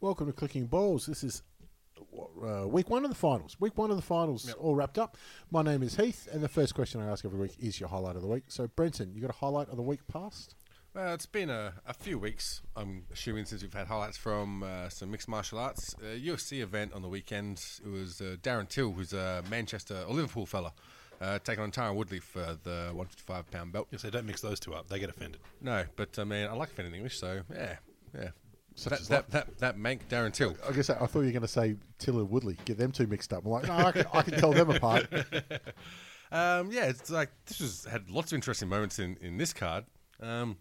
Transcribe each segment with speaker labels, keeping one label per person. Speaker 1: Welcome to Clicking Balls. This is uh, week one of the finals. Week one of the finals, all wrapped up. My name is Heath, and the first question I ask every week is your highlight of the week. So, Brenton, you got a highlight of the week past?
Speaker 2: Uh, it's been a, a few weeks, I'm assuming, since we've had highlights from uh, some mixed martial arts. Uh, UFC event on the weekend. It was uh, Darren Till, who's a Manchester or Liverpool fella, uh, taking on Tyron Woodley for the 155 pound belt.
Speaker 3: So don't mix those two up. They get offended.
Speaker 2: No, but I mean, I like offending English, so yeah, yeah. So
Speaker 1: Such
Speaker 2: that,
Speaker 1: is life.
Speaker 2: that, that, that mank Darren Till.
Speaker 1: I guess I, I thought you were going to say Tiller Woodley. Get them two mixed up. I'm like, no, I can, I can tell them apart.
Speaker 2: Um, yeah, it's like this was had lots of interesting moments in in this card. Um,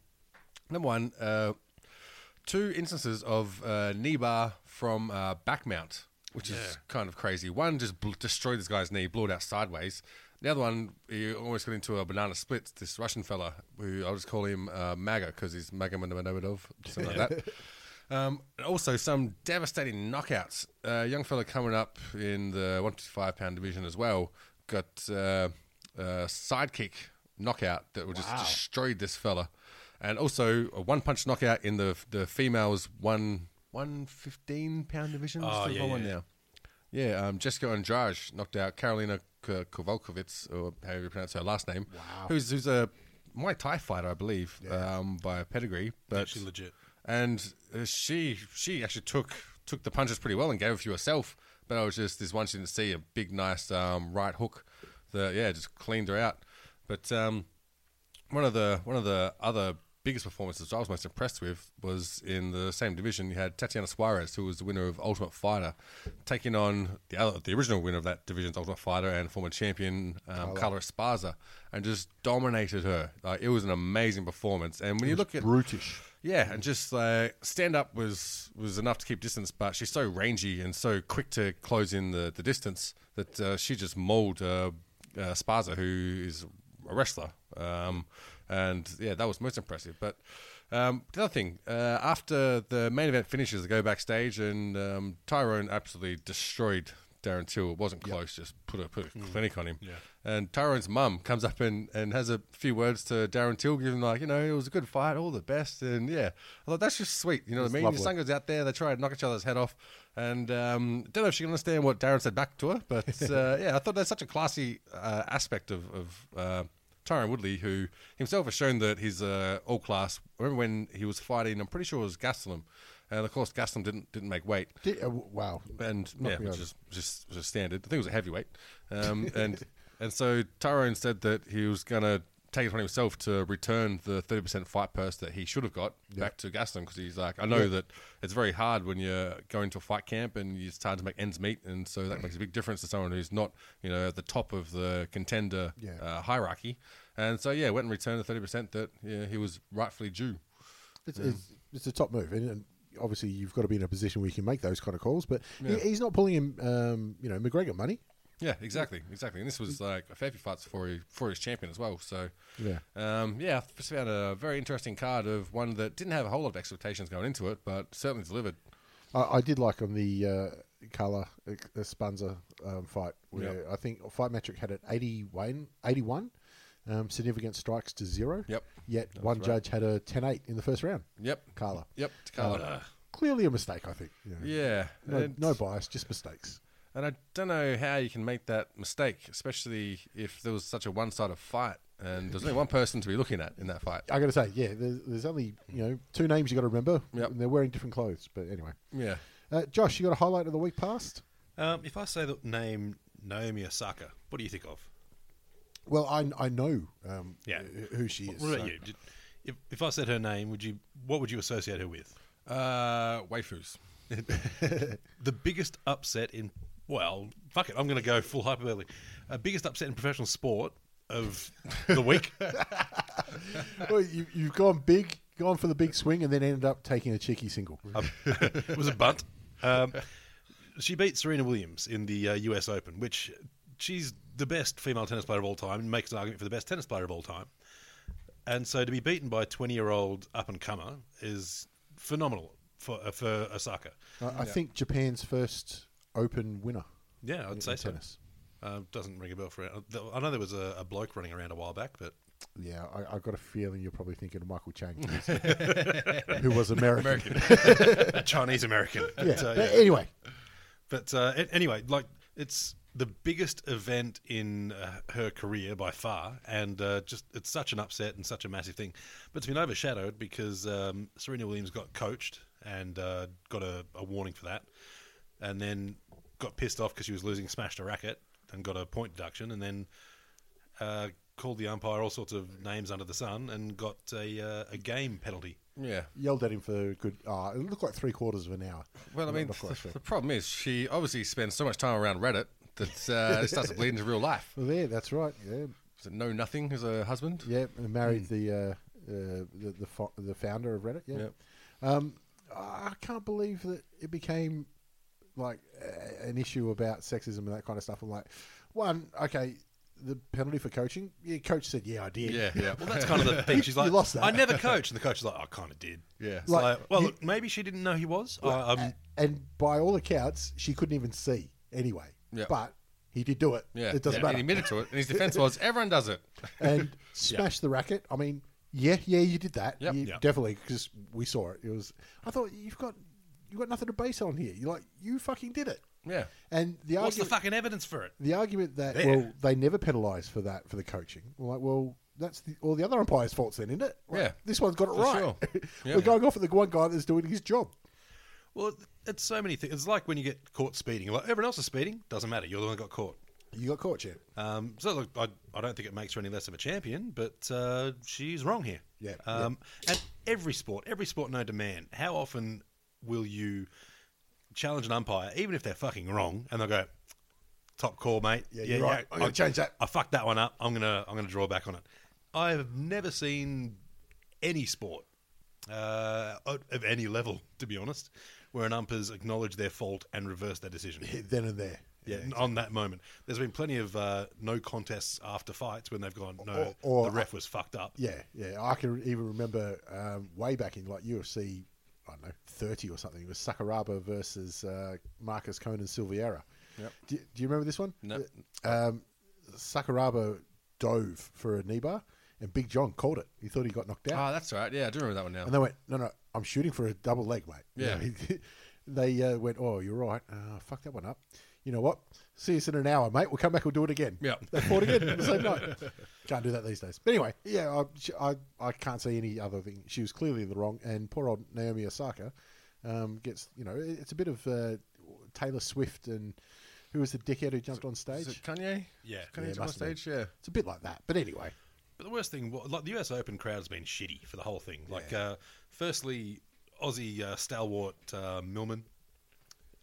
Speaker 2: number one, uh, two instances of uh, knee bar from uh, back mount, which is kind of crazy. One just bl- destroyed this guy's knee, blew it out sideways. The other one, he almost got into a banana split. This Russian fella, who I'll just call him uh, MAGA because he's MAGA Manamadov, something like that. Um, and also, some devastating knockouts. Uh, young fella coming up in the 155 pound division as well got uh, a sidekick knockout that would just destroyed this fella, and also a one punch knockout in the the females one 115 pound division.
Speaker 3: Oh,
Speaker 2: Still
Speaker 3: yeah,
Speaker 2: got
Speaker 3: yeah,
Speaker 2: one
Speaker 3: yeah.
Speaker 2: now. Yeah, um, Jessica Andrade knocked out Karolina K- Kowalkiewicz, or however you pronounce her last name, wow. who's who's a Muay Thai fighter, I believe, um, by pedigree. But
Speaker 3: Actually, legit.
Speaker 2: and uh, she she actually took took the punches pretty well and gave a few herself. But I was just this one she didn't see a big nice um, right hook that yeah just cleaned her out. But um, one of the one of the other biggest performances I was most impressed with was in the same division. You had Tatiana Suarez, who was the winner of Ultimate Fighter, taking on the other, the original winner of that division's Ultimate Fighter and former champion um, Carla Esparza, and just dominated her. Like, it was an amazing performance. And when you look at
Speaker 1: Brutish.
Speaker 2: yeah, and just uh, stand up was was enough to keep distance, but she's so rangy and so quick to close in the, the distance that uh, she just mauled uh, uh, Sparza, who is a wrestler. Um, and yeah, that was most impressive. But um, the other thing, uh, after the main event finishes, they go backstage, and um, Tyrone absolutely destroyed Darren Till. It wasn't close, just put a, put a clinic on him. And Tyrone's mum comes up and, and has a few words to Darren Till, giving like, you know, it was a good fight, all the best. And yeah, I thought that's just sweet. You know what I mean?
Speaker 1: lovely.
Speaker 2: Your son goes out there, they try and knock each other's head off. And um, don't know if she can understand what Darren said back to her, but uh, yeah, I thought that's such a classy uh, aspect of, of uh, Tyron Woodley, who himself has shown that he's uh, all class. Remember when he was fighting? I'm pretty sure it was Gastelum, and of course Gastelum didn't didn't make weight
Speaker 1: Di- uh, wow.
Speaker 2: and
Speaker 1: Knock
Speaker 2: yeah,
Speaker 1: me
Speaker 2: which
Speaker 1: over.
Speaker 2: is just just standard. I think it was a heavyweight, um, and and so Tyrone said that he was gonna take it on himself to return the thirty percent fight purse that he should have got back to Gaston because he's like, I know that it's very hard when you're going to a fight camp and it's hard to make ends meet, and so that makes a big difference to someone who's not you know at the top of the contender
Speaker 1: Yeah.
Speaker 2: uh, hierarchy, and so yeah, went and returned the thirty percent that yeah, he was rightfully due.
Speaker 1: It's, it's, it's a top move, and, and obviously you've got to be in a position where you can make those kind of calls. But he, he's not pulling him, um, you know, McGregor money.
Speaker 2: Yeah, exactly, exactly. And this was like a fair few fights for he, for his champion as well. So
Speaker 1: Yeah.
Speaker 2: um, yeah, I just found a very interesting card of one that didn't have a whole lot of expectations going into it, but certainly delivered.
Speaker 1: I, I did like on the uh, Carla Spanza um, fight where I think Fight Metric had it 81, 81 um, significant strikes to zero.
Speaker 2: Yep.
Speaker 1: Yet one judge had a 10-8 in the first round.
Speaker 2: Yep.
Speaker 1: Carla.
Speaker 2: Yep, to Carla.
Speaker 1: Clearly a mistake, I think. you know.
Speaker 2: yeah,
Speaker 1: No,
Speaker 2: and,
Speaker 1: no bias, just mistakes.
Speaker 2: and I don't know how you can make that mistake, especially if there was such a one-sided fight, and there's only one person to be looking at in that fight.
Speaker 1: I got to say, yeah, there's, there's only you know two names you got to remember,
Speaker 2: Yep.
Speaker 1: and they're wearing different clothes. But anyway,
Speaker 2: Yeah.
Speaker 1: Uh, Josh, you got a highlight of the week past?
Speaker 3: Um, if I say the name Naomi Osaka, what do you think of?
Speaker 1: Well, I, I know um,
Speaker 3: Yeah.
Speaker 1: who she is.
Speaker 3: What about
Speaker 1: so-
Speaker 3: you? Did, if, if I said her name, would you? What would you associate her with?
Speaker 2: Uh, waifus.
Speaker 3: The biggest upset in well, fuck it, I'm going to go full hyperbole. Uh, biggest upset in professional sport of the week.
Speaker 1: Well, you, you've gone big, gone for the big swing, and then ended up taking a cheeky single.
Speaker 3: it was a bunt. Um, she beat Serena Williams in the uh, U.S. Open, which she's the best female tennis player of all time, and makes an argument for the best tennis player of all time. And so to be beaten by a 20-year-old up-and-comer is phenomenal for uh, for Osaka.
Speaker 1: I, I think Japan's first Open winner.
Speaker 3: Yeah, I'd
Speaker 1: in
Speaker 3: say so.
Speaker 1: tennis.
Speaker 3: Uh, doesn't ring a bell for it. I know there was a, a bloke running around a while back, but
Speaker 1: Yeah, I, I've got a feeling you're probably thinking of Michael Chang, who was American.
Speaker 3: Chinese American.
Speaker 1: Yeah.
Speaker 3: But, uh,
Speaker 1: but
Speaker 3: yeah.
Speaker 1: anyway,
Speaker 3: But uh, a- anyway, like it's the biggest event in uh, her career by far, and uh, just it's such an upset and such a massive thing. But it's been overshadowed because um, Serena Williams got coached and uh, got a, a warning for that, and then got pissed off because she was losing, smashed a racket, and got a point deduction, and then. Uh, Called the umpire all sorts of names under the sun and got a, uh, a game penalty.
Speaker 2: Yeah.
Speaker 1: yelled at him for a good. Uh, it looked like three quarters of an hour.
Speaker 2: Well, I
Speaker 1: Not-
Speaker 2: mean,
Speaker 1: not quite
Speaker 2: the,
Speaker 1: sure.
Speaker 2: the problem is she obviously spends so much time around Reddit that uh, it starts to bleed into real life.
Speaker 1: Well, there, that's right. Yeah,
Speaker 2: Is it know nothing as a husband?
Speaker 1: yeah. and Married
Speaker 2: Mm.
Speaker 1: the, uh, uh, the the fo- the founder of Reddit. Yeah.
Speaker 2: Yep.
Speaker 1: Um, I can't believe that it became like a, an issue about sexism and that kind of stuff. I'm like, one, okay, the penalty for coaching. Yeah, coach said, yeah, I did.
Speaker 2: Yeah, yeah.
Speaker 3: Well, that's kind of the thing. She's
Speaker 1: You
Speaker 3: like,
Speaker 1: lost that.
Speaker 3: I never coached. And the coach is like, "Oh, I kind of did.
Speaker 2: Yeah.
Speaker 3: It's
Speaker 1: Like,
Speaker 3: like, well,
Speaker 1: you- uh,
Speaker 3: look, maybe she didn't know he was. I, I'm,
Speaker 1: And by all accounts, she couldn't even see anyway.
Speaker 2: Yeah.
Speaker 1: But he did do it.
Speaker 2: Yeah.
Speaker 1: It doesn't
Speaker 2: yeah.
Speaker 1: matter.
Speaker 2: He admitted to it, and his defense was, "Everyone does it."
Speaker 1: and smash the racket. I mean, yeah, yeah, you did that.
Speaker 2: Yep.
Speaker 1: You-
Speaker 3: Yep.
Speaker 1: Definitely, because we saw it. It was. I thought you've got you've got nothing to base it on here. You like you fucking did it.
Speaker 2: Yeah.
Speaker 1: And the
Speaker 3: what's the
Speaker 1: argument, the,
Speaker 3: fucking evidence for it?
Speaker 1: argument that
Speaker 3: There.
Speaker 1: well they never penalise for that for the coaching. We're like, well, that's the, all the other umpires' faults then, isn't it? Like,
Speaker 2: Yeah.
Speaker 1: this one's got it
Speaker 2: For
Speaker 1: right.
Speaker 2: sure.
Speaker 1: We're
Speaker 2: Yeah.
Speaker 1: going off at the one guy that's doing his job.
Speaker 3: Well, it's so many things. It's like when you get caught speeding. You're Like everyone else is speeding, doesn't matter. You're the one that got caught.
Speaker 1: You got caught, champ.
Speaker 3: Um, so look, I, I don't think it makes her any less of a champion, but uh, she's wrong here.
Speaker 1: Yeah,
Speaker 3: Um, And every sport, every sport known to man, how often will you challenge an umpire, even if they're fucking wrong, and they'll go, "Top call, mate.
Speaker 1: Yeah, you're right. I'm gonna
Speaker 3: I-
Speaker 1: change that."
Speaker 3: I fucked that one up. I'm gonna I'm gonna draw back on it. I have never seen any sport uh, of of any level, to be honest, where an umpires acknowledge their fault and reverse their decision.
Speaker 1: Then and there.
Speaker 3: Yeah, on that moment. There's been plenty of uh, no contests after fights when they've gone, no,
Speaker 1: Or- or-
Speaker 3: the ref was fucked up.
Speaker 1: Yeah, yeah. I can even remember um, way back in like UFC, I don't know, 30 or something. It was Sakuraba versus uh, Marcus Conan Silveira. Do, do you remember this one?
Speaker 2: No.
Speaker 1: Um, Sakuraba dove for a knee bar, and Big John called it. He thought he got knocked out.
Speaker 2: Ah, that's right. Yeah, I do remember that one now.
Speaker 1: and they went, no, no, I'm shooting for a double leg, mate.
Speaker 2: Yeah.
Speaker 1: You know, they uh, went, oh, you're right. Uh, fuck that one up. You know what? See us in an hour, mate. We'll come back. We'll do it again.
Speaker 2: Yeah.
Speaker 1: They fought again on the same night. Can't do that these days. But anyway, yeah, I, I, I can't see any other thing. She was clearly the wrong. And poor old Naomi Osaka um, gets, you know, it- it's a bit of uh, Taylor Swift and who was the dickhead who jumped on stage?
Speaker 2: Is it Kanye?
Speaker 1: Yeah,
Speaker 2: Kanye
Speaker 3: Yeah.
Speaker 2: jumped on
Speaker 1: must have been.
Speaker 2: stage. Yeah.
Speaker 1: It's a bit like that. But anyway,
Speaker 3: But the worst thing, wa- like the US Open crowd's been shitty for the whole thing. Like, uh, firstly, Aussie uh, stalwart uh, Millman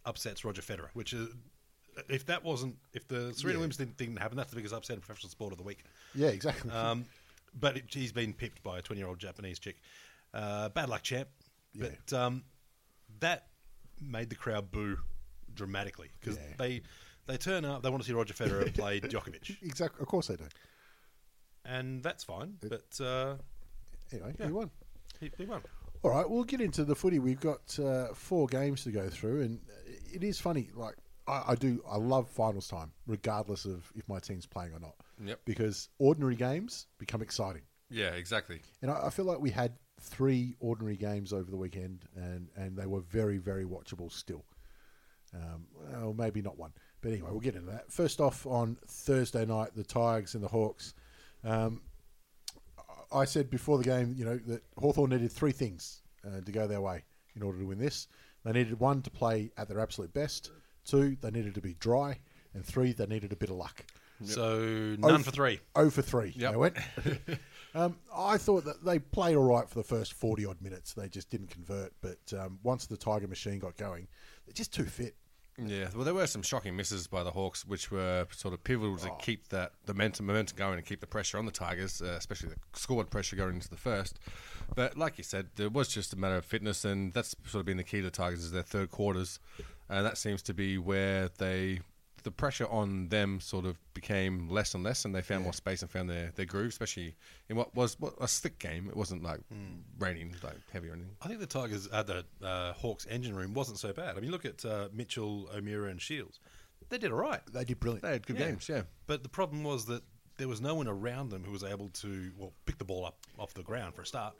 Speaker 3: upsets Roger Federer, which is, if that wasn't, if the Serena Williams didn't, didn't happen, that's the biggest upset in professional sport of the week.
Speaker 1: yeah, exactly.
Speaker 3: Um, but it, he's been pipped by a 20 year old Japanese chick. Uh, bad luck, champ. But um, that made the crowd boo dramatically because
Speaker 1: Yeah.
Speaker 3: they they turn up, they want to see Roger Federer play Djokovic,
Speaker 1: exactly. Of course they do.
Speaker 3: and that's fine. But uh,
Speaker 1: Anyway, he won.
Speaker 3: he, he won.
Speaker 1: All right, we'll get into the footy. We've got uh, four games to go through, and it is funny. Like I, I do, I love finals time, regardless of if my team's playing or not.
Speaker 2: Yep.
Speaker 1: Because ordinary games become exciting,
Speaker 2: Yeah. Exactly.
Speaker 1: and I, I feel like we had three ordinary games over the weekend, and and they were very very watchable still. Um, well, maybe not one, but anyway, we'll get into that. First off, on Thursday night, the Tigers and the Hawks. Um, I said before the game, you know, that Hawthorn needed three things uh, to go their way in order to win this. They needed one to play at their absolute best. Two, they needed to be dry, and three, they needed a bit of luck.
Speaker 3: So none for three.
Speaker 1: Oh for three.
Speaker 3: Yep.
Speaker 1: They went. um, I thought that they played all right for the first forty odd minutes. They just didn't convert. But um, once the Tiger machine got going, they're just too fit.
Speaker 2: Yeah, well, there were some shocking misses by the Hawks, which were sort of pivotal to keep that the momentum, momentum going and keep the pressure on the Tigers, uh, especially the squad pressure going into the first. But like you said, there was just a matter of fitness, and that's sort of been the key to the Tigers is their third quarters, and that seems to be where they the pressure on them sort of became less and less, and they found more space and found their, their groove, especially in what was what, a slick game. It wasn't like raining like heavy or anything.
Speaker 3: I think the Tigers, uh, the uh, Hawks engine room wasn't so bad. I mean, look at uh, Mitchell, O'Meara, and Shields. They did all right.
Speaker 1: They did brilliant.
Speaker 2: They had good games, yeah.
Speaker 3: But the problem was that there was no one around them who was able to well pick the ball up off the ground for a start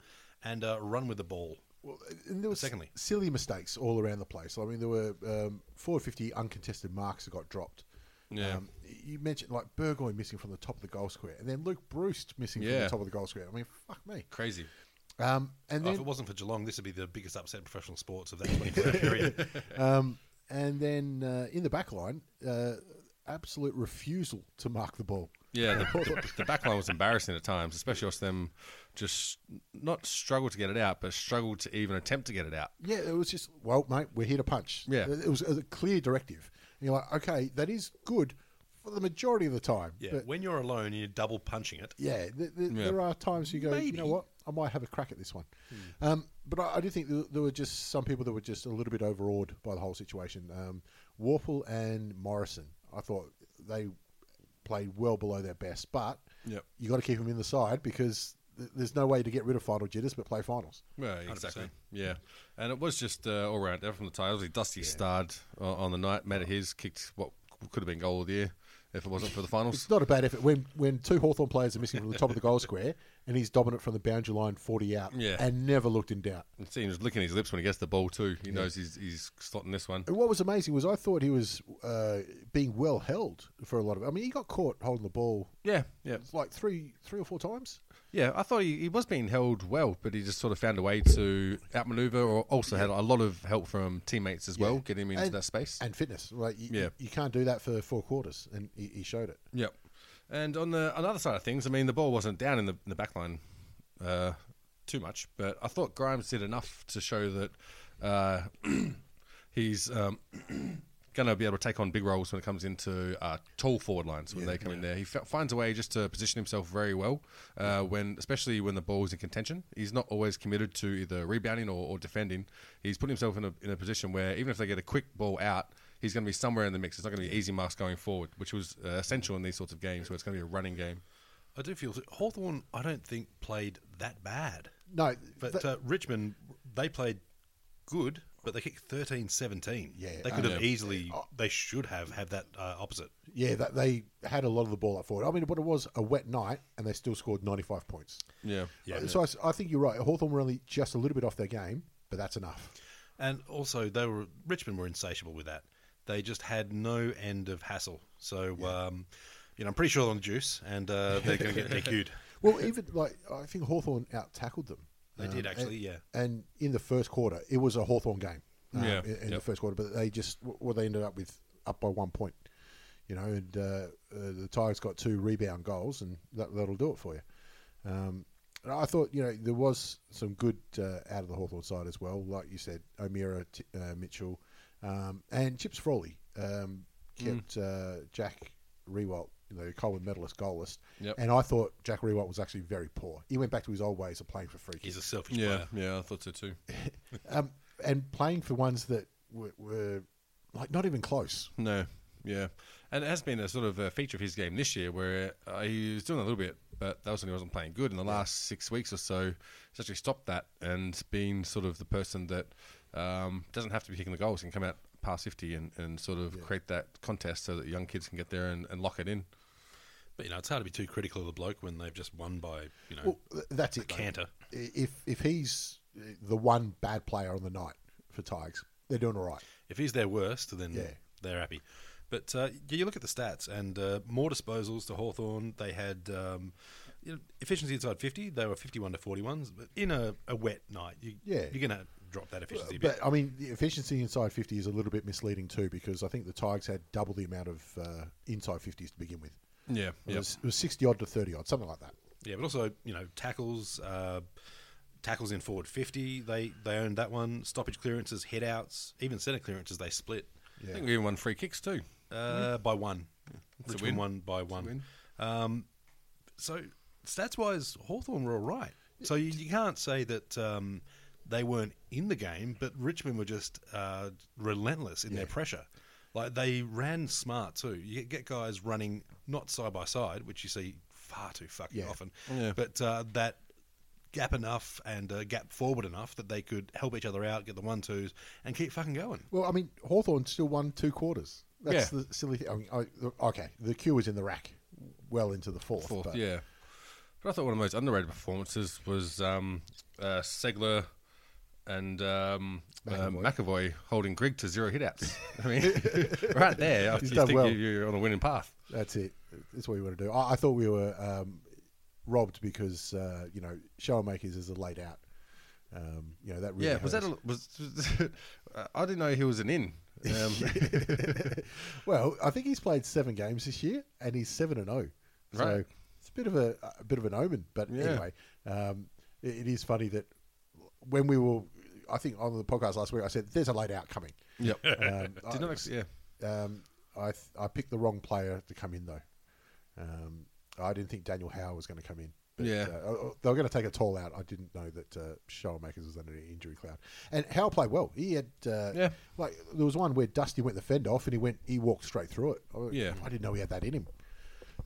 Speaker 3: and uh, run with the ball.
Speaker 1: and there was
Speaker 3: Secondly.
Speaker 1: silly mistakes all around the place. I mean, there were um, 450 uncontested marks that got dropped.
Speaker 2: Yeah.
Speaker 1: Um, you mentioned like Burgoyne missing from the top of the goal square, and then Luke Bruce missing from
Speaker 2: Yeah.
Speaker 1: the top of the goal square. I mean, fuck me.
Speaker 2: Crazy.
Speaker 1: Um, and
Speaker 3: Oh,
Speaker 1: then
Speaker 3: if it wasn't for Geelong, this would be the biggest upset in professional sports of that 24 period.
Speaker 1: and then uh, in the back line, uh, absolute refusal to mark the ball.
Speaker 2: Yeah, the, the, the back line was embarrassing at times, especially as them just not struggled to get it out, but struggled to even attempt to get it out.
Speaker 1: Yeah, it was just well, mate, we're here to punch.
Speaker 2: Yeah.
Speaker 1: it was a clear directive. And you're like, okay, that is good for the majority of the time.
Speaker 3: Yeah,
Speaker 1: but
Speaker 3: when you're alone and you're double punching it,
Speaker 1: Yeah, th- th- there are times you go, you know what, I might have a crack at this one. Um, but I, I do think there, there were just some people that were just a little bit overawed by the whole situation. Um, Warple and Morrison, I thought they played well below their best, but
Speaker 2: Yep.
Speaker 1: you got to keep them in the side because th- there's no way to get rid of final jitters but play finals.
Speaker 2: Well, exactly. Yeah, and it was just uh, all round effort from the Tigers. Obviously, Dusty starred uh, on the night, made it his, kicked what could have been goal of the year if it wasn't for the finals.
Speaker 1: It's not a bad effort when when two Hawthorn players are missing from the top of the goal square and he's dominant from the boundary line 40 out
Speaker 2: Yeah.
Speaker 1: and never looked in doubt.
Speaker 2: It seems licking his lips when he gets the ball too. He knows he's he's slotting this one.
Speaker 1: And what was amazing was I thought he was uh, being well held for a lot of. I mean, he got caught holding the ball
Speaker 2: Yeah, yeah,
Speaker 1: like three, three or four times.
Speaker 2: yeah. I thought he, he was being held well, but he just sort of found a way to outmaneuver, or also had a lot of help from teammates as well, getting him into
Speaker 1: And-
Speaker 2: that space.
Speaker 1: and fitness. Like, you,
Speaker 2: Yeah.
Speaker 1: you can't do that for four quarters, and he, he showed it.
Speaker 2: Yep. And on the on the other side of things, I mean, the ball wasn't down in the, in the back line uh, too much, but I thought Grimes did enough to show that uh, he's um, going to be able to take on big roles when it comes into uh, tall forward lines when they come in there. He f- finds a way just to position himself very well uh, when, especially when the ball is in contention. He's not always committed to either rebounding or, or defending. He's putting himself in a, in a position where even if they get a quick ball out, he's going to be somewhere in the mix. It's not going to be easy marks going forward, which was uh, essential in these sorts of games where it's going to be a running game.
Speaker 3: I do feel Hawthorn. I don't think, played that bad.
Speaker 1: No,
Speaker 3: But
Speaker 1: that-
Speaker 3: uh, Richmond, they played good, but they kicked 13-17.
Speaker 1: Yeah,
Speaker 3: they uh, could
Speaker 2: yeah.
Speaker 3: have easily, they should have had that uh, opposite.
Speaker 1: yeah, that they had a lot of the ball up forward. I mean, but it was a wet night, and they still scored ninety-five points. Uh,
Speaker 2: Yeah.
Speaker 3: Yeah.
Speaker 1: so I s I I think you're right. Hawthorn were only just a little bit off their game, but that's enough.
Speaker 3: And also, they were Richmond were insatiable with that. They just had no end of hassle. So, um, you know, I'm pretty sure they're on juice, and uh, they're going to get DQ'd.
Speaker 1: Well, even like I think Hawthorn out tackled them.
Speaker 3: They did actually,
Speaker 1: and-
Speaker 3: yeah.
Speaker 1: And in the first quarter, it was a Hawthorn game. um,
Speaker 2: Yeah,
Speaker 1: In, in the
Speaker 2: yep.
Speaker 1: first quarter, but they just well they ended up with up by one point. You know, and uh, uh, the Tigers got two rebound goals, and that, that'll do it for you. Um, and I thought, you know, there was some good uh, out of the Hawthorn side as well. Like you said, O'Meara, T- uh, Mitchell, um, and Chips Frawley um,
Speaker 2: Hmm.
Speaker 1: kept uh, Jack Rewalt, the Coleman medalist, goalless.
Speaker 2: Yep.
Speaker 1: And I thought Jack Rewalt was actually very poor. He went back to his old ways of playing for free
Speaker 3: He's
Speaker 1: kicks
Speaker 3: a selfish
Speaker 2: Yeah,
Speaker 3: player.
Speaker 2: yeah, I thought so too.
Speaker 1: um, and playing for ones that were, were like not even close.
Speaker 2: No, yeah, and it has been a sort of a feature of his game this year, where uh, he was doing a little bit, but that was when he wasn't playing good. In the last six weeks or so, he's actually stopped that and been sort of the person that um, doesn't have to be kicking the goals, can come out past fifty and, and sort of create that contest so that young kids can get there and, and lock it in.
Speaker 3: But you know, it's hard to be too critical of the bloke when they've just won by you know.
Speaker 1: Well, th- that's it. though.
Speaker 3: canter.
Speaker 1: If if he's the one bad player on the night for Tigers, they're doing all right.
Speaker 3: if he's their worst, then
Speaker 1: Yeah.
Speaker 3: they're happy. But uh, yeah, you look at the stats and uh, more disposals to Hawthorn. They had um, you know, efficiency inside 50. They were 51 to 41s. But in a, a wet night, you,
Speaker 1: Yeah.
Speaker 3: you're going to drop that efficiency a bit.
Speaker 1: But I mean, the efficiency inside 50 is a little bit misleading too because I think the Tigers had double the amount of uh, inside 50s to begin with.
Speaker 2: Yeah,
Speaker 1: It,
Speaker 2: Mm. yep.
Speaker 1: was, it was 60 odd to 30 odd, something like that.
Speaker 3: Yeah, but also you know tackles, uh, tackles in forward fifty. They they owned that one. Stoppage clearances, headouts, even centre clearances. They split
Speaker 2: I think we even won free kicks too.
Speaker 3: uh, by one.
Speaker 2: a
Speaker 3: Richmond
Speaker 2: win.
Speaker 3: won by one.
Speaker 2: win.
Speaker 3: Um, so stats wise, Hawthorn were all right. So you, you can't say that um, they weren't in the game, but Richmond were just uh, relentless in their pressure. Like they ran smart too. You get guys running not side by side, which you see far too fucking
Speaker 1: Yeah.
Speaker 3: often.
Speaker 2: Yeah.
Speaker 3: But uh, that gap enough and uh, gap forward enough that they could help each other out, get the one twos, and keep fucking going.
Speaker 1: Well, I mean, Hawthorn still won two quarters. That's
Speaker 2: Yeah.
Speaker 1: the silly thing. I mean, I, okay, the cue was in the rack well into the fourth.
Speaker 2: Fourth,
Speaker 1: but
Speaker 2: yeah. But I thought one of the most underrated performances was um, uh, Segler and um, uh,
Speaker 1: McAvoy.
Speaker 2: McAvoy holding Greg to zero hitouts. I mean, right there,
Speaker 1: He's
Speaker 2: you
Speaker 1: done
Speaker 2: think
Speaker 1: well.
Speaker 2: you- you're on a winning path.
Speaker 1: That's it. That's what we want to do. I, I thought we were um, robbed because, uh, you know, Showmakers is a late out. Um, you know, that really
Speaker 2: Yeah, was that
Speaker 1: hurt us.
Speaker 2: a, was? I didn't know he was an in. Um,
Speaker 1: Well, I think he's played seven games this year, and he's seven and zero. So
Speaker 2: Right.
Speaker 1: it's a bit of a, a bit of an omen. But
Speaker 2: Yeah.
Speaker 1: anyway, um, it, it is funny that when we were, I think on the podcast last week, I said there's a late out coming.
Speaker 2: yep.
Speaker 1: Um,
Speaker 2: Did
Speaker 1: I-
Speaker 2: not. ex- Yeah.
Speaker 1: um, I th- I picked the wrong player to come in though. Um, I didn't think Daniel Howe was going to come in.
Speaker 2: Yeah.
Speaker 1: uh, uh, they were going to take a tall out. I didn't know that uh, Shoalmakers was under the injury cloud. And Howe played well. He had uh,
Speaker 2: Yeah.
Speaker 1: Like there was one where Dusty went the fender off and he went he walked straight through it. I,
Speaker 2: Yeah.
Speaker 1: I didn't know he had that in him.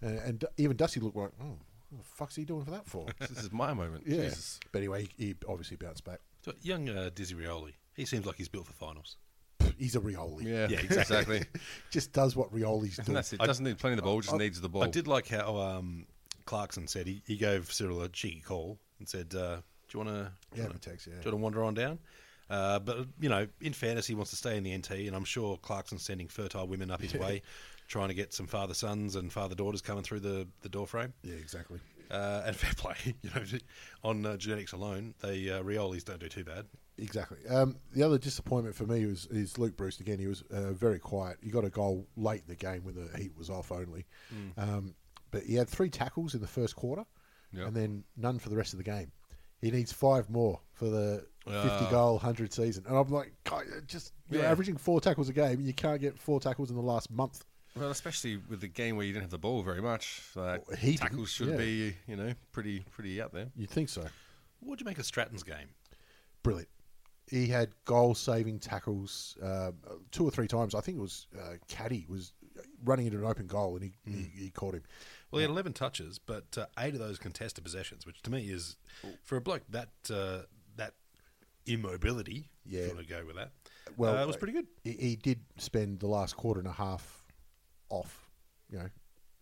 Speaker 1: And, and D- even Dusty looked like, oh, what the fuck's he doing for that for?
Speaker 2: This is my moment.
Speaker 1: yeah.
Speaker 2: Jesus.
Speaker 1: But anyway, he, he obviously bounced back.
Speaker 3: So young uh, Dizzy Rioli, he seems like he's built for finals.
Speaker 1: He's a Rioli.
Speaker 2: Yeah.
Speaker 3: Yeah,
Speaker 2: exactly.
Speaker 1: Just does what Rioli's do.
Speaker 2: and that's it. Doesn't need plenty of the ball. Just needs the ball.
Speaker 3: I did like how um, Clarkson said he, he gave Cyril a cheeky call and said, uh, "Do you want to?
Speaker 1: Yeah, have a text, yeah.
Speaker 3: Do you want to wander on down?" Uh, but you know, in fairness, he wants to stay in the NT, and I'm sure Clarkson's sending fertile women up his way, trying to get some father sons and father daughters coming through the the door frame.
Speaker 1: Yeah, exactly.
Speaker 3: Uh, and fair play, you know, on uh, genetics alone, they uh, Riolis don't do too bad.
Speaker 1: Exactly. Um, the other disappointment for me was is Luke Bruce again. He was uh, very quiet. He got a goal late in the game when the heat was off only,
Speaker 2: Mm.
Speaker 1: um, but he had three tackles in the first quarter,
Speaker 2: Yep.
Speaker 1: and then none for the rest of the game. He needs five more for the fifty goal hundred season, and I'm like, God, just you're
Speaker 2: Uh. Yeah.
Speaker 1: averaging four tackles a game. You can't get four tackles in the last month.
Speaker 2: Well, especially with the game where you didn't have the ball very much, like
Speaker 1: Well, he didn't,
Speaker 2: tackles should
Speaker 1: yeah.
Speaker 2: be, you know, pretty pretty out there.
Speaker 1: You'd think so.
Speaker 3: What do you make of Stratton's game?
Speaker 1: Brilliant. He had goal saving tackles um, two or three times. I think it was uh, Caddy was running into an open goal, and he,
Speaker 3: Hmm.
Speaker 1: he, he caught him.
Speaker 3: Well, he had 11 touches, but uh, eight of those contested possessions, which to me is, for a bloke that uh, that immobility,
Speaker 1: Yeah.
Speaker 3: if you want to go with that,
Speaker 1: Well,
Speaker 3: well, Uh, it was pretty good.
Speaker 1: He, he did spend the last quarter and a half off, you know,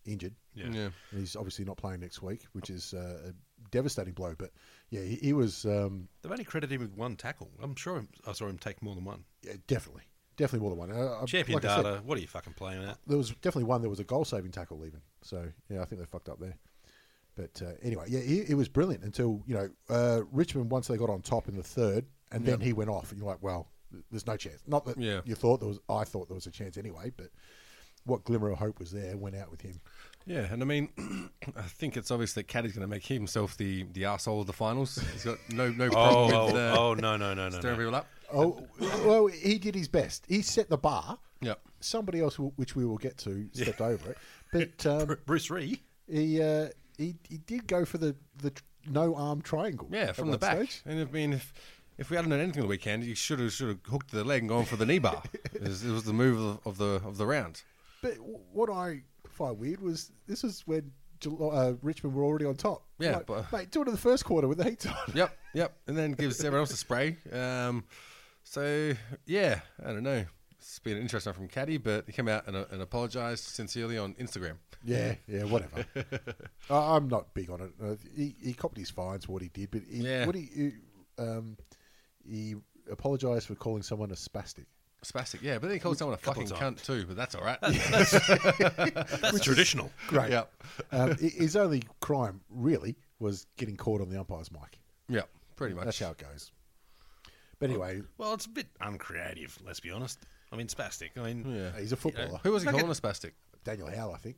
Speaker 1: injured.
Speaker 2: Yeah.
Speaker 1: And he's obviously not playing next week, which is uh, a devastating blow. But yeah, he, he was um,
Speaker 3: They've only credited him with one tackle. I'm sure I'm, I saw him take more than one.
Speaker 1: yeah, definitely, definitely more than one. Uh, I-
Speaker 3: Champion
Speaker 1: Uh, like I said,
Speaker 3: data, what are you fucking playing at?
Speaker 1: there was definitely one that was a goal saving tackle even. So yeah, I think they fucked up there. But uh, anyway, yeah, it, it was brilliant until you know uh, Richmond once they got on top in the third, and then he went off, and you're like, well, th- there's no chance. Not that
Speaker 2: Yeah.
Speaker 1: you thought there was. I thought there was a chance anyway, but what glimmer of hope was there went out with him.
Speaker 2: Yeah, and I mean, I think it's obvious that Caddy's going to make himself the the arsehole of the finals. He's got no no problem
Speaker 3: Oh,
Speaker 2: with uh,
Speaker 3: oh, no, no, no, no.
Speaker 2: stirring
Speaker 3: no.
Speaker 2: people up.
Speaker 1: Oh well, he did his best. He set the bar.
Speaker 2: Yep.
Speaker 1: Somebody else, wh- which we will get to, stepped over it, but um,
Speaker 3: Bruce Ree,
Speaker 1: he, uh, he he did go for the the tr- no arm triangle.
Speaker 2: Yeah,
Speaker 1: at
Speaker 2: from the
Speaker 1: one
Speaker 2: back.
Speaker 1: stage.
Speaker 2: And I mean, if if we hadn't done anything on the weekend, you should have should have hooked the leg and gone for the knee bar. it, was, it was the move of the of the, of the round.
Speaker 1: But w- what I find weird was this was when Gel- uh, Richmond were already on top.
Speaker 2: Yeah,
Speaker 1: Like,
Speaker 2: but-
Speaker 1: mate, do it in the first quarter with the heat on.
Speaker 2: Yep, yep. And then gives everyone else a spray. Um, so yeah, I don't know. It's been an interesting one from Caddy, but he came out and, uh, and apologised sincerely on Instagram.
Speaker 1: Yeah, yeah, whatever. I, I'm not big on it. Uh, he, he copped his fines for what he did, but he,
Speaker 2: Yeah.
Speaker 1: what he, he, um, he apologised for calling someone a spastic.
Speaker 2: Spastic, yeah, but then he called someone a
Speaker 3: Couple
Speaker 2: fucking
Speaker 3: of
Speaker 2: cunt too, but that's all right.
Speaker 3: that's traditional.
Speaker 1: Great.
Speaker 2: Yep.
Speaker 1: um, hi- his only crime really was getting caught on the umpire's mic.
Speaker 2: yeah, pretty much.
Speaker 1: That's how it goes. But anyway,
Speaker 3: Well, it's a bit uncreative, let's be honest. I mean, spastic. I mean,
Speaker 2: Yeah.
Speaker 1: he's a footballer.
Speaker 2: Who was he calling a spastic?
Speaker 1: Daniel Howell, I think.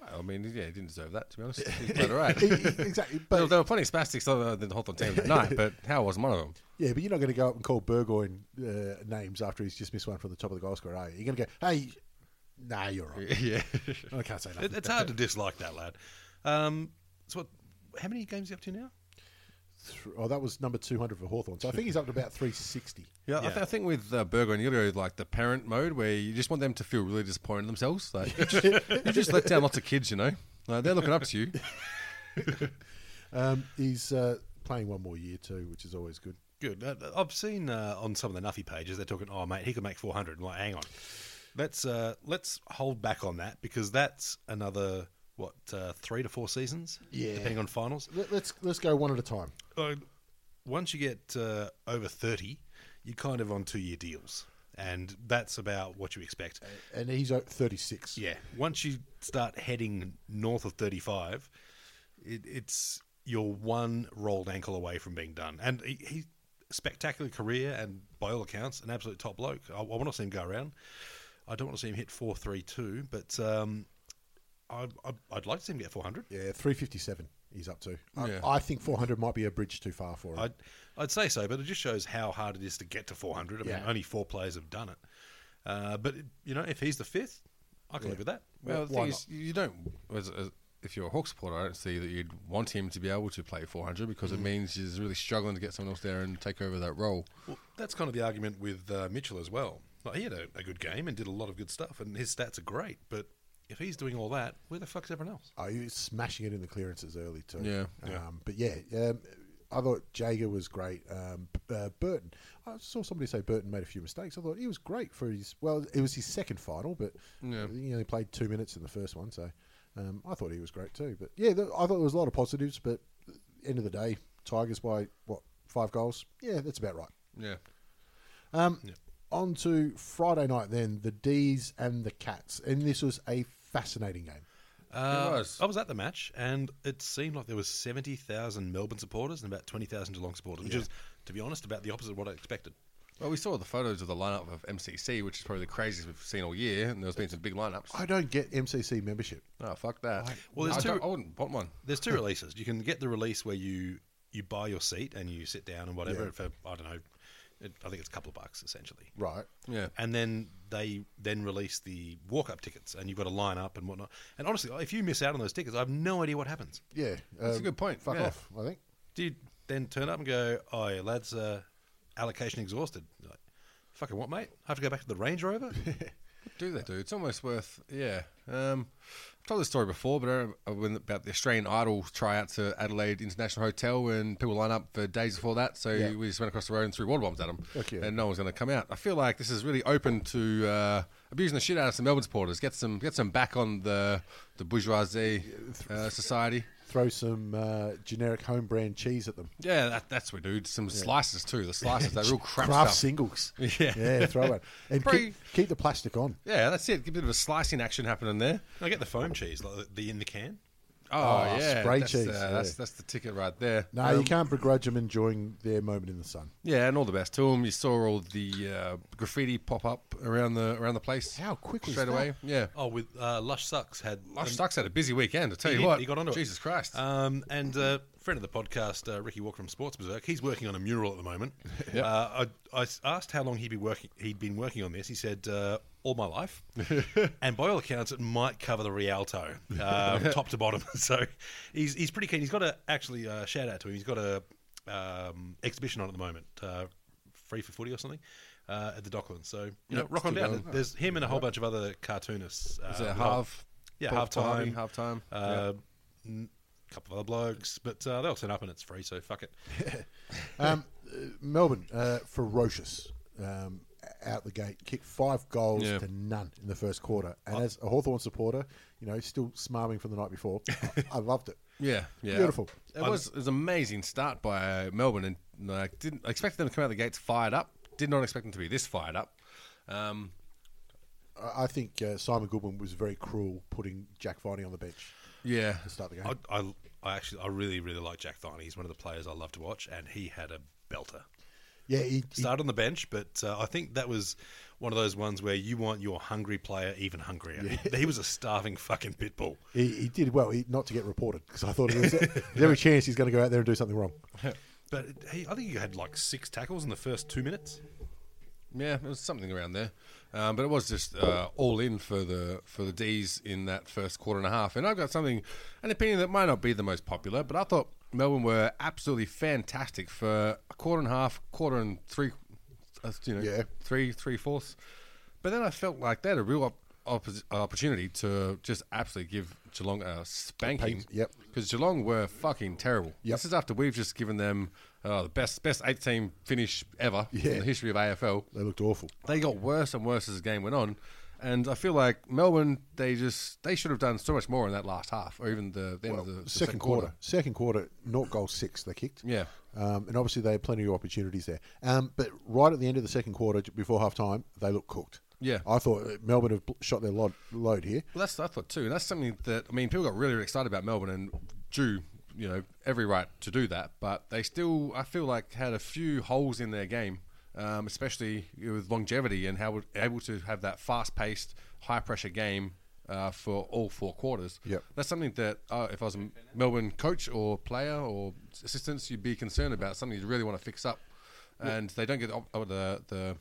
Speaker 2: Well, I mean, yeah, he didn't deserve that, to be honest. He played all right.
Speaker 1: exactly.
Speaker 2: There-
Speaker 1: But
Speaker 2: there were plenty of spastics other than the Hawthorn team that night, but Howell wasn't one of them.
Speaker 1: yeah, but you're not going to go up and call Burgoyne uh, names after he's just missed one from the top of the goal scorer, are you? You're going to go, hey, nah, you're right.
Speaker 2: Yeah.
Speaker 1: I can't say
Speaker 3: it,
Speaker 1: that.
Speaker 3: it's hard to dislike that lad. Um, so, what, how many games are you up to now?
Speaker 1: Oh, that was number 200 for Hawthorn. So I think he's up to about 360.
Speaker 2: Yeah, I, th- I think with uh, Burger and you go like the parent mode where you just want them to feel really disappointed in themselves. Like, you just, you just let down lots of kids, you know. Like, they're looking up to you.
Speaker 1: Um, he's uh, playing one more year, too, which is always good.
Speaker 3: Good. Uh, I've seen uh, on some of the Nuffy pages they're talking. Oh, mate, he could make 400. I'm like, hang on. Let's uh, let's hold back on that because that's another what uh, three to four seasons,
Speaker 1: Yeah.
Speaker 3: depending on finals.
Speaker 1: Let, let's, let's go one at a time.
Speaker 3: Uh, once you get uh, over 30, you're kind of on two year deals, and that's about what you expect.
Speaker 1: And he's uh, 36.
Speaker 3: Yeah. Once you start heading north of 35, it, it's you're one rolled ankle away from being done. And he, he spectacular career and by all accounts an absolute top bloke. I, I want to see him go around. I don't want to see him hit four three two, but um, I, I, I'd like to see him get 400.
Speaker 1: Yeah, 357 he's up to. I,
Speaker 2: Yeah.
Speaker 1: I think 400 might be a bridge too far for him.
Speaker 3: I'd, I'd say so, but it just shows how hard it is to get to 400. I mean,
Speaker 1: Yeah.
Speaker 3: only four players have done it. Uh, but, you know, if he's the fifth, I can live with that.
Speaker 2: Well, the
Speaker 1: Why
Speaker 2: thing is, you don't. As, as, if you're a Hawk supporter, I don't see that you'd want him to be able to play 400 because it means he's really struggling to get someone else there and take over that role.
Speaker 3: Well, that's kind of the argument with uh, Mitchell as well. Like, he had a, a good game and did a lot of good stuff, and his stats are great. But if he's doing all that, where the fuck's everyone else?
Speaker 1: Oh, he was smashing it in the clearances early too.
Speaker 2: Yeah.
Speaker 1: Um, But yeah, um, I thought Jager was great. Um, B- uh, Burton, I saw somebody say Burton made a few mistakes. I thought he was great for his. Well, it was his second final, but
Speaker 2: Yeah.
Speaker 1: he only played two minutes in the first one, so um, I thought he was great too. But yeah, th- I thought there was a lot of positives. But end of the day, Tigers by what five goals? Yeah, that's about right.
Speaker 2: Yeah.
Speaker 1: Um, On to Friday night then, the D's and the Cats, and this was a fascinating game.
Speaker 3: Uh,
Speaker 2: was.
Speaker 3: I was at the match, and it seemed like there was 70,000 Melbourne supporters and about 20,000 Geelong supporters, which is, to be honest, about the opposite of what I expected.
Speaker 2: Well, we saw the photos of the lineup of MCC, which is probably the craziest we've seen all year, and there's been some big lineups.
Speaker 1: I don't get MCC membership.
Speaker 2: Oh, fuck that.
Speaker 3: Well, there's
Speaker 2: I,
Speaker 3: two-
Speaker 2: don't- I wouldn't want one.
Speaker 3: There's two releases. You can get the release where you you buy your seat and you sit down and whatever
Speaker 1: Yeah.
Speaker 3: for I don't know, it, I think it's a couple of bucks essentially.
Speaker 1: Right.
Speaker 2: Yeah.
Speaker 3: And then they then release the walk up tickets and you've got to line up and whatnot. And honestly, if you miss out on those tickets, I have no idea what happens.
Speaker 1: Yeah.
Speaker 2: That's a
Speaker 1: um,
Speaker 2: good point,
Speaker 1: Fuck
Speaker 2: yeah.
Speaker 1: off, I think.
Speaker 3: Do you then turn up and go, "Oh, yeah, lads, uh, allocation exhausted." You're Like, Fucking what, mate? I have to go back to the Range Rover.
Speaker 2: Do they do? It's almost worth. Yeah. Um, I've told this story before, but I remember uh, when, about the Australian Idol tryouts at Adelaide International Hotel when people line up for days before that. So
Speaker 1: Yeah.
Speaker 2: we just went across the road and threw water bombs at them,
Speaker 1: Fuck yeah.
Speaker 2: and no one's going to come out. I feel like this is really open to uh, abusing the shit out of some Melbourne supporters. Get some, get some back on the the bourgeoisie uh, society.
Speaker 1: Throw some uh, generic home brand cheese at them.
Speaker 2: Yeah, that, that's what we do. Some slices too. The slices, that real crap
Speaker 1: Craft
Speaker 2: stuff.
Speaker 1: singles.
Speaker 2: Yeah.
Speaker 1: Yeah, throw it. And
Speaker 2: Probably-
Speaker 1: keep, keep the plastic on.
Speaker 2: Yeah, that's it. Get a bit of a slicing action happening there.
Speaker 3: I get the foam cheese, like the- the in the can.
Speaker 2: Oh,
Speaker 1: Oh,
Speaker 2: yeah,
Speaker 1: spray
Speaker 2: that's,
Speaker 1: cheese,
Speaker 2: Uh,
Speaker 1: yeah.
Speaker 2: That's that's the ticket right there. Um,
Speaker 1: No, you can't begrudge them enjoying their moment in the sun.
Speaker 2: Yeah, and all the best to him. You saw all the uh, graffiti pop up around the around the place.
Speaker 1: How quick was
Speaker 2: straight
Speaker 1: that?
Speaker 2: away? Yeah,
Speaker 3: Oh, with uh, Lush Sucks had
Speaker 2: Lush
Speaker 3: an-
Speaker 2: Sucks had a busy weekend. I tell
Speaker 3: He
Speaker 2: you
Speaker 3: did.
Speaker 2: what,
Speaker 3: He got onto it.
Speaker 2: Jesus Christ.
Speaker 3: Um, and uh, friend of the podcast, uh, Ricky Walker from Sports Berserk, he's working on a mural at the moment. Uh, I, I s- asked how long he'd be working. He'd been working on this. He said uh, all my life, and by all accounts, it might cover the Rialto, um, top to bottom. So he's he's pretty keen. He's got a actually uh, shout out to him. He's got a um, exhibition on at the moment. Uh, free for footy or something uh, at the Docklands. So you know, rock on
Speaker 2: still
Speaker 3: down.
Speaker 2: going.
Speaker 3: There's him and a whole bunch of other cartoonists. Uh,
Speaker 2: Is it
Speaker 3: with
Speaker 2: half?
Speaker 3: yeah,
Speaker 2: Bob
Speaker 3: half time,
Speaker 2: Barney, half time?
Speaker 3: uh, n- couple of other blokes, but uh, they'll turn up and it's free, so fuck it.
Speaker 1: Um, uh, Melbourne, uh, ferocious um, out the gate, kicked five goals
Speaker 2: Yeah.
Speaker 1: to none in the first quarter. And as a Hawthorn supporter, you know, still smarming from the night before, I, I loved it.
Speaker 2: Yeah, yeah,
Speaker 1: Beautiful.
Speaker 2: It was, it was an amazing start by uh, Melbourne, and like didn't I expected them to come out of the gates fired up. Did not expect them to be this fired up. Um,
Speaker 1: I, I think uh, Simon Goodwin was very cruel putting Jack Viney on the bench
Speaker 2: yeah,
Speaker 1: to start the game.
Speaker 3: I, I, I actually, I really, really like Jack Thorney. He's one of the players I love to watch, and he had a belter.
Speaker 1: yeah, he, he-
Speaker 3: Started on the bench, but uh, I think that was one of those ones where you want your hungry player even hungrier. He, he was a starving fucking pit bull.
Speaker 1: he, he did well he, not to get reported because I thought it was there's every chance he's going to go out there and do something wrong.
Speaker 3: But he, I think he had like six tackles in the first two minutes.
Speaker 2: yeah, it was something around there. Um, but it was just uh, all in for the for the D's in that first quarter and a half. And I've got something, an opinion that might not be the most popular, but I thought Melbourne were absolutely fantastic for a quarter and a half, quarter and three, uh, you know,
Speaker 1: Yeah.
Speaker 2: three three fourths. But then I felt like they had a real op- oppos opportunity to just absolutely give Geelong a spanking.
Speaker 1: yep.
Speaker 2: Because Geelong were fucking terrible.
Speaker 1: Yep.
Speaker 2: This is after we've just given them uh, the best best eight team finish ever in
Speaker 1: Yeah.
Speaker 2: the history of AFL.
Speaker 1: They looked awful.
Speaker 2: They got worse and worse as the game went on. And I feel like Melbourne, they just they should have done so much more in that last half, or even the, Oh, the end of the, the
Speaker 1: second, quarter. Second quarter, not goal six they kicked.
Speaker 2: Yeah.
Speaker 1: Um, and obviously they had plenty of opportunities there. Um, but right at the end of the second quarter, j- before half time, they looked cooked.
Speaker 2: Yeah.
Speaker 1: I thought uh, Melbourne have bl- shot their load, load here.
Speaker 2: Well, that's I thought too, and that's something that I mean, people got really, really excited about Melbourne and due, you know, every right to do that, but they still, I feel like, had a few holes in their game, um, especially with longevity and how we're able to have that fast-paced, high-pressure game uh, for all four quarters.
Speaker 1: Yep.
Speaker 2: that's something that uh, if I was a Melbourne coach or player or assistants, you'd be concerned about. Something you really want to fix up, and they don't get the op- uh, the. the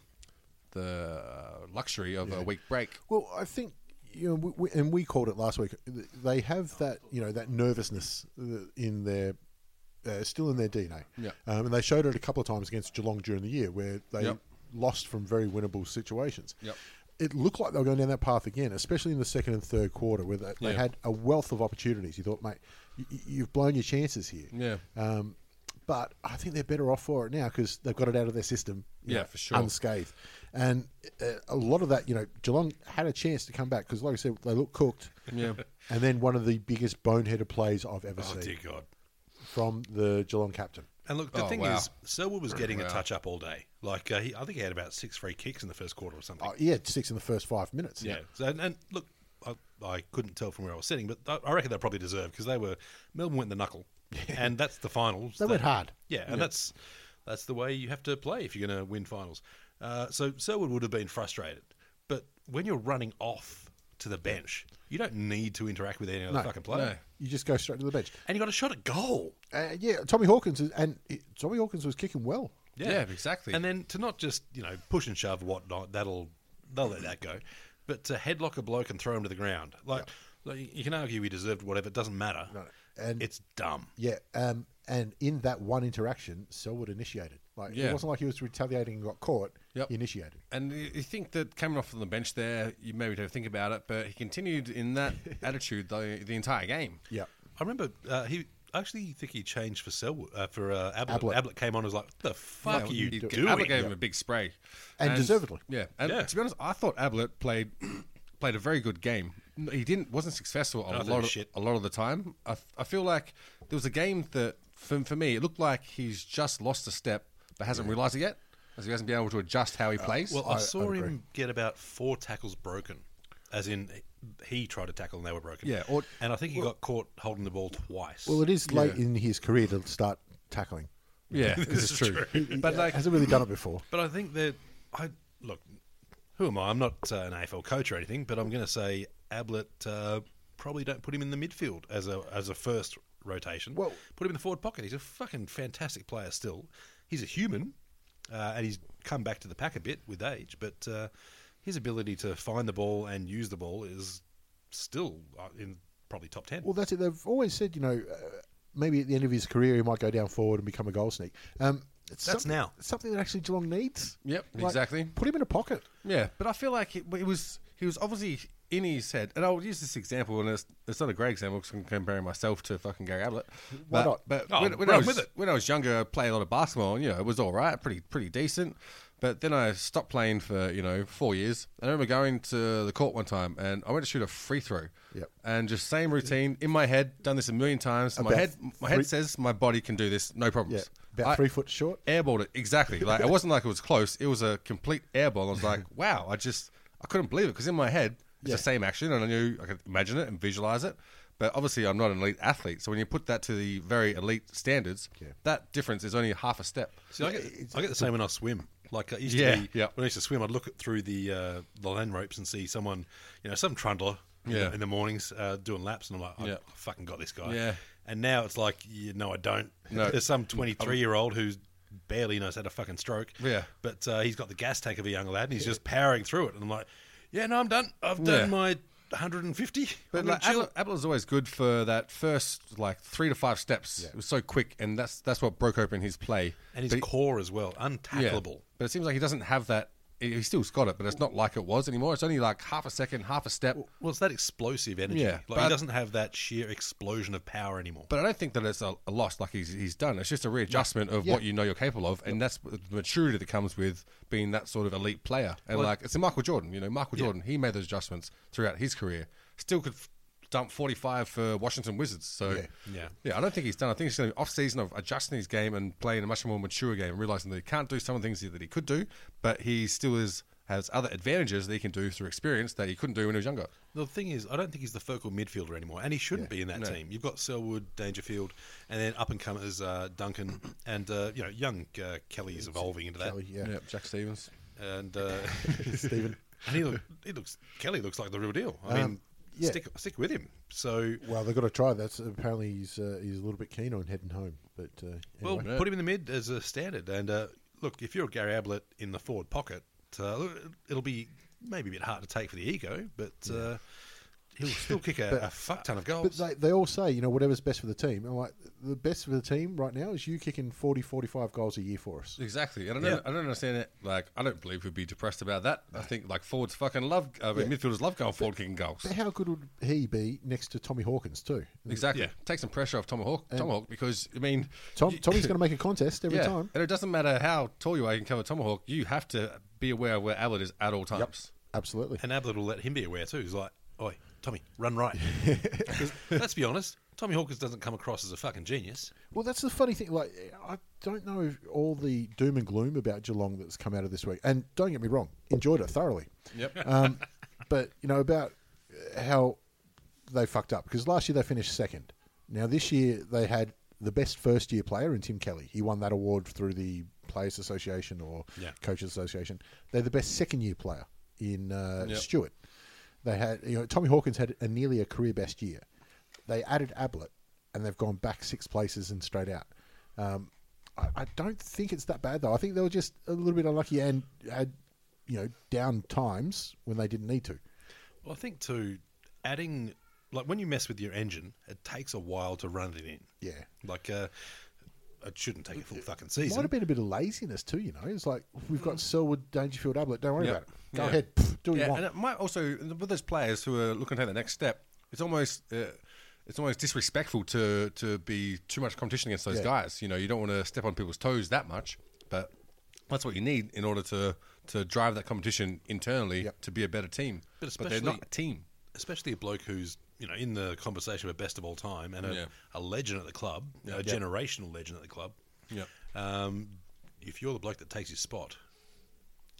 Speaker 2: the uh, luxury of a week break.
Speaker 1: Well, I think you know, we, we, and we called it last week. th- They have that you know that nervousness uh, in their. Uh, still in their DNA,
Speaker 2: Yeah.
Speaker 1: Um, and they showed it a couple of times against Geelong during the year, where they
Speaker 2: Yep.
Speaker 1: lost from very winnable situations.
Speaker 2: Yep.
Speaker 1: It looked like they were going down that path again, especially in the second and third quarter, where they, they
Speaker 2: Yeah.
Speaker 1: had a wealth of opportunities. You thought, mate, you, you've blown your chances here.
Speaker 2: Yeah.
Speaker 1: Um, but I think they're better off for it now because they've got it out of their system. you
Speaker 2: Yeah,
Speaker 1: know,
Speaker 2: for sure.
Speaker 1: Unscathed, and uh, a lot of that, you know, Geelong had a chance to come back because, like I said, they looked cooked.
Speaker 2: Yeah.
Speaker 1: And then one of the biggest boneheaded plays I've ever
Speaker 3: Oh dear
Speaker 1: seen
Speaker 3: God!
Speaker 1: from the Geelong captain.
Speaker 3: And look, the
Speaker 2: Oh,
Speaker 3: thing
Speaker 2: wow.
Speaker 3: is, Selwood was getting
Speaker 2: Wow.
Speaker 3: a touch up all day. Like uh, he, I think he had about six free kicks in the first quarter or something.
Speaker 1: Oh, he had six in the first five minutes.
Speaker 3: Yeah. So, and, and look, I, I couldn't tell from where I was sitting, but I, I reckon they probably deserved because they were Melbourne went the knuckle, and that's the finals.
Speaker 1: They went hard.
Speaker 3: Yeah, and that's that's the way you have to play if you're going to win finals. Uh, so Selwood would have been frustrated, but when you're running off to the bench, you don't need to interact with any other
Speaker 1: No,
Speaker 3: fucking player,
Speaker 1: You just go straight to the bench.
Speaker 3: and you got a shot at goal.
Speaker 1: Uh, yeah, Tommy Hawkins is, and he- Tommy Hawkins was kicking well.
Speaker 2: Yeah, exactly.
Speaker 3: And then to not just you know push and shove whatnot, that'll they'll let that go, but to headlock a bloke and throw him to the ground, like, like, you- you can argue he deserved whatever, it doesn't matter.
Speaker 1: and-
Speaker 3: it's dumb.
Speaker 1: Yeah, um, and in that one interaction, Selwood initiated. Like
Speaker 2: Yeah.
Speaker 1: it wasn't like he was retaliating and got caught.
Speaker 2: Yep.
Speaker 1: He initiated.
Speaker 2: And you you think that coming off on the bench there, you maybe don't think about it, but he continued in that attitude the, the entire game.
Speaker 1: Yeah,
Speaker 3: I remember uh, he. I actually think he changed for Selwood, uh, for uh, Ablett.
Speaker 1: Ablett.
Speaker 3: Ablett. came on and was like, "What the fuck
Speaker 2: Yeah,
Speaker 3: are you
Speaker 2: he-
Speaker 3: doing?"
Speaker 2: Ablett gave him a big spray,
Speaker 1: And deservedly.
Speaker 2: Yeah, and
Speaker 3: Yeah.
Speaker 2: to be honest, I thought Ablett played played a very good game. He didn't wasn't successful a
Speaker 3: I thought
Speaker 2: lot
Speaker 3: he
Speaker 2: of,
Speaker 3: shit.
Speaker 2: a lot of the time. I, f- I feel like there was a game that for, for me it looked like he's just lost a step but hasn't realised it yet, as he hasn't been able to adjust how he plays.
Speaker 3: Uh, Well, I, saw him get about four tackles broken, as in he tried to tackle and they were broken.
Speaker 2: Yeah, or-
Speaker 3: and I think he got caught holding the ball twice.
Speaker 1: Well, it is late in his career to start tackling.
Speaker 2: yeah, this is
Speaker 3: is
Speaker 2: true.
Speaker 1: But like, hasn't really done it before.
Speaker 3: But I think that I look. Who am I? I'm not uh, an AFL coach or anything, but I'm going to say Ablett uh, probably don't put him in the midfield as a as a first rotation.
Speaker 1: Well-
Speaker 3: put him in the forward pocket. He's a fucking fantastic player still. He's a human, uh, and he's come back to the pack a bit with age. But uh, his ability to find the ball and use the ball is still uh, in probably top ten.
Speaker 1: Well, that's it. They've always said, you know, uh, maybe at the end of his career he might go down forward and become a goal sneak. Um, it's
Speaker 3: That's
Speaker 1: something-
Speaker 3: now.
Speaker 1: something that actually Geelong needs.
Speaker 2: Yep, exactly.
Speaker 1: Put him in a pocket.
Speaker 2: Yeah, but I feel like it, it was he was obviously in his head, and I'll use this example, and it's, it's not a great example because I'm comparing myself to fucking Gary Ablett.
Speaker 1: Why
Speaker 2: But,
Speaker 1: not?
Speaker 2: But
Speaker 3: Oh,
Speaker 2: when, when
Speaker 3: run
Speaker 2: I was,
Speaker 3: with it.
Speaker 2: when I was younger, I played a lot of basketball, and you know it was all right, pretty pretty decent. But then I stopped playing for you know four years. I remember going to the court one time, and I went to shoot a free throw.
Speaker 1: Yep.
Speaker 2: And just same routine in my head, done this a million times. my
Speaker 1: About
Speaker 2: head, my head
Speaker 1: three-
Speaker 2: says my body can do this, no
Speaker 1: Yeah,
Speaker 2: problems.
Speaker 1: about
Speaker 2: I-
Speaker 1: three foot short.
Speaker 2: airballed it exactly. Like it wasn't like it was close. It was a complete airball. I was like, wow. I just I couldn't believe it because in my head it's
Speaker 1: Yeah.
Speaker 2: the same action, and I knew I could imagine it and visualize it. But obviously, I'm not an elite athlete, so when you put that to the very elite standards, that difference is only half a step.
Speaker 3: See, I, get, I get the same when I swim. Like I used
Speaker 2: Yeah,
Speaker 3: to be,
Speaker 2: yeah.
Speaker 3: when I used to swim, I'd look at through the uh, the land ropes and see someone, you know, some trundler in
Speaker 2: Yeah.
Speaker 3: the- in the mornings uh, doing laps, and I'm like, I
Speaker 2: Yeah.
Speaker 3: I fucking got this guy.
Speaker 2: Yeah.
Speaker 3: And now it's like, you know, I don't.
Speaker 2: No.
Speaker 3: There's some 23 year old who's barely knows how to fucking stroke.
Speaker 2: Yeah.
Speaker 3: But uh, he's got the gas tank of a young lad, and he's just powering through it. And I'm like, yeah, no, I'm done. I've done
Speaker 2: Yeah.
Speaker 3: my 150.
Speaker 2: But
Speaker 3: I'm
Speaker 2: like,
Speaker 3: gonna chill.
Speaker 2: Apple, Apple is always good for that first like three to five steps. It was so quick, and that's that's what broke open his play.
Speaker 3: and his
Speaker 2: But he-
Speaker 3: core as well,
Speaker 2: Yeah.
Speaker 3: untackleable.
Speaker 2: But it seems like he doesn't have that. He he still's got it, but it's not like it was anymore. It's only like half a second, half a step.
Speaker 3: Well, it's that explosive energy.
Speaker 2: Yeah,
Speaker 3: like
Speaker 2: but-
Speaker 3: he doesn't have that sheer explosion of power anymore.
Speaker 2: But I don't think that it's a, a loss like he's, he's done. It's just a readjustment of what you know you're capable of, and that's the maturity that comes with being that sort of elite player. And like it's a Michael Jordan, you know, Michael Jordan, he made those adjustments throughout his career. Still could f- dump 45 for Washington Wizards. So yeah,
Speaker 3: Yeah.
Speaker 2: I don't think he's done. I think it's going to be off season of adjusting his game and playing a much more mature game, and realizing that he can't do some of the things that he could do, but he still is has other advantages that he can do through experience that he couldn't do when he was younger.
Speaker 3: the thing is, I don't think he's the focal midfielder anymore, and he shouldn't be in that team. You've got Selwood, Dangerfield, and then up and comers uh, Duncan, and uh, you know young uh, Kelly's evolving into that.
Speaker 1: Kelly, yeah.
Speaker 2: Jack Stevens.
Speaker 3: And uh,
Speaker 1: Stephen. Um,
Speaker 3: and he, look, he looks Kelly looks like the real deal. I mean,
Speaker 1: yeah.
Speaker 3: stick stick with him. So
Speaker 1: Well, they've got to try. That's apparently he's uh, he's a little bit keen on heading home. But uh,
Speaker 3: Well,
Speaker 1: anyway.
Speaker 3: put him in the mid as a standard. And uh, look, if you're Gary Ablett in the forward pocket, uh, look, it'll be maybe a bit hard to take for the ego, but uh, he'll still kick a, a fuck ton of
Speaker 1: But
Speaker 3: goals.
Speaker 1: they, they all say, you know, whatever's best for the team. I'm like, the best for the team right now is you kicking 40, 45 goals a year for us.
Speaker 2: Exactly, and I don't, I don't understand it. Like, I don't believe we'd be depressed about that. I think like forwards fucking love, uh, midfielders love going forward kicking goals.
Speaker 1: But how good would he be next to Tommy Hawkins, too?
Speaker 2: Exactly,
Speaker 3: Yeah.
Speaker 2: take some pressure off Tomahawk, Tomahawk, because I mean,
Speaker 1: Tom,
Speaker 2: you-
Speaker 1: Tommy's going to make a contest every
Speaker 2: yeah,
Speaker 1: time.
Speaker 2: and it doesn't matter how tall you are, you can cover Tomahawk. You have to be aware of where Ablett is at all times.
Speaker 1: Absolutely.
Speaker 3: and Ablett will let him be aware too. He's like, "Oi, Tommy, run right." 'Cause let's be honest, Tommy Hawkins doesn't come across as a fucking genius.
Speaker 1: Well, that's the funny thing. Like, I don't know if all the doom and gloom about Geelong that's come out of this week. And don't get me wrong, enjoyed it thoroughly.
Speaker 2: Yep.
Speaker 1: Um, but you know about how they fucked up because last year they finished second. Now this year they had the best first year player in Tim Kelly. He won that award through the Players Association or
Speaker 3: Yeah.
Speaker 1: Coaches Association. They're the best second year player in uh,
Speaker 2: Yep.
Speaker 1: Stewart. They had you know Tommy Hawkins had a nearly a career best year. They added Ablett and they've gone back six places and straight out. Um, I, I don't think it's that bad though. I think they were just a little bit unlucky and had you know down times when they didn't need to.
Speaker 3: Well, I think too, adding like when you mess with your engine, it takes a while to run it in.
Speaker 1: Yeah.
Speaker 3: like uh, it shouldn't take a full fucking
Speaker 1: It Might
Speaker 3: season.
Speaker 1: have been a bit of laziness too, you know. It's like we've got Selwood, Dangerfield, Ablett. Don't worry
Speaker 2: Hmm. Yeah.
Speaker 1: about it. Go
Speaker 2: Yeah.
Speaker 1: ahead, Pff, do what you
Speaker 2: Yeah, and
Speaker 1: want.
Speaker 2: it might also with those players who are looking to take the next step. It's almost uh, it's almost disrespectful to to be too much competition against those
Speaker 1: Yeah.
Speaker 2: guys. You know, you don't want to step on people's toes that much, but that's what you need in order to to drive that competition internally
Speaker 1: Yep.
Speaker 2: to be a better team.
Speaker 3: But
Speaker 2: they're
Speaker 3: especially-
Speaker 2: not a team.
Speaker 3: especially a bloke who's you know in the conversation of best of all time and a,
Speaker 2: Yeah.
Speaker 3: a legend at the club, a generational legend at the club.
Speaker 2: Yeah.
Speaker 3: Um, if you're the bloke that takes his spot,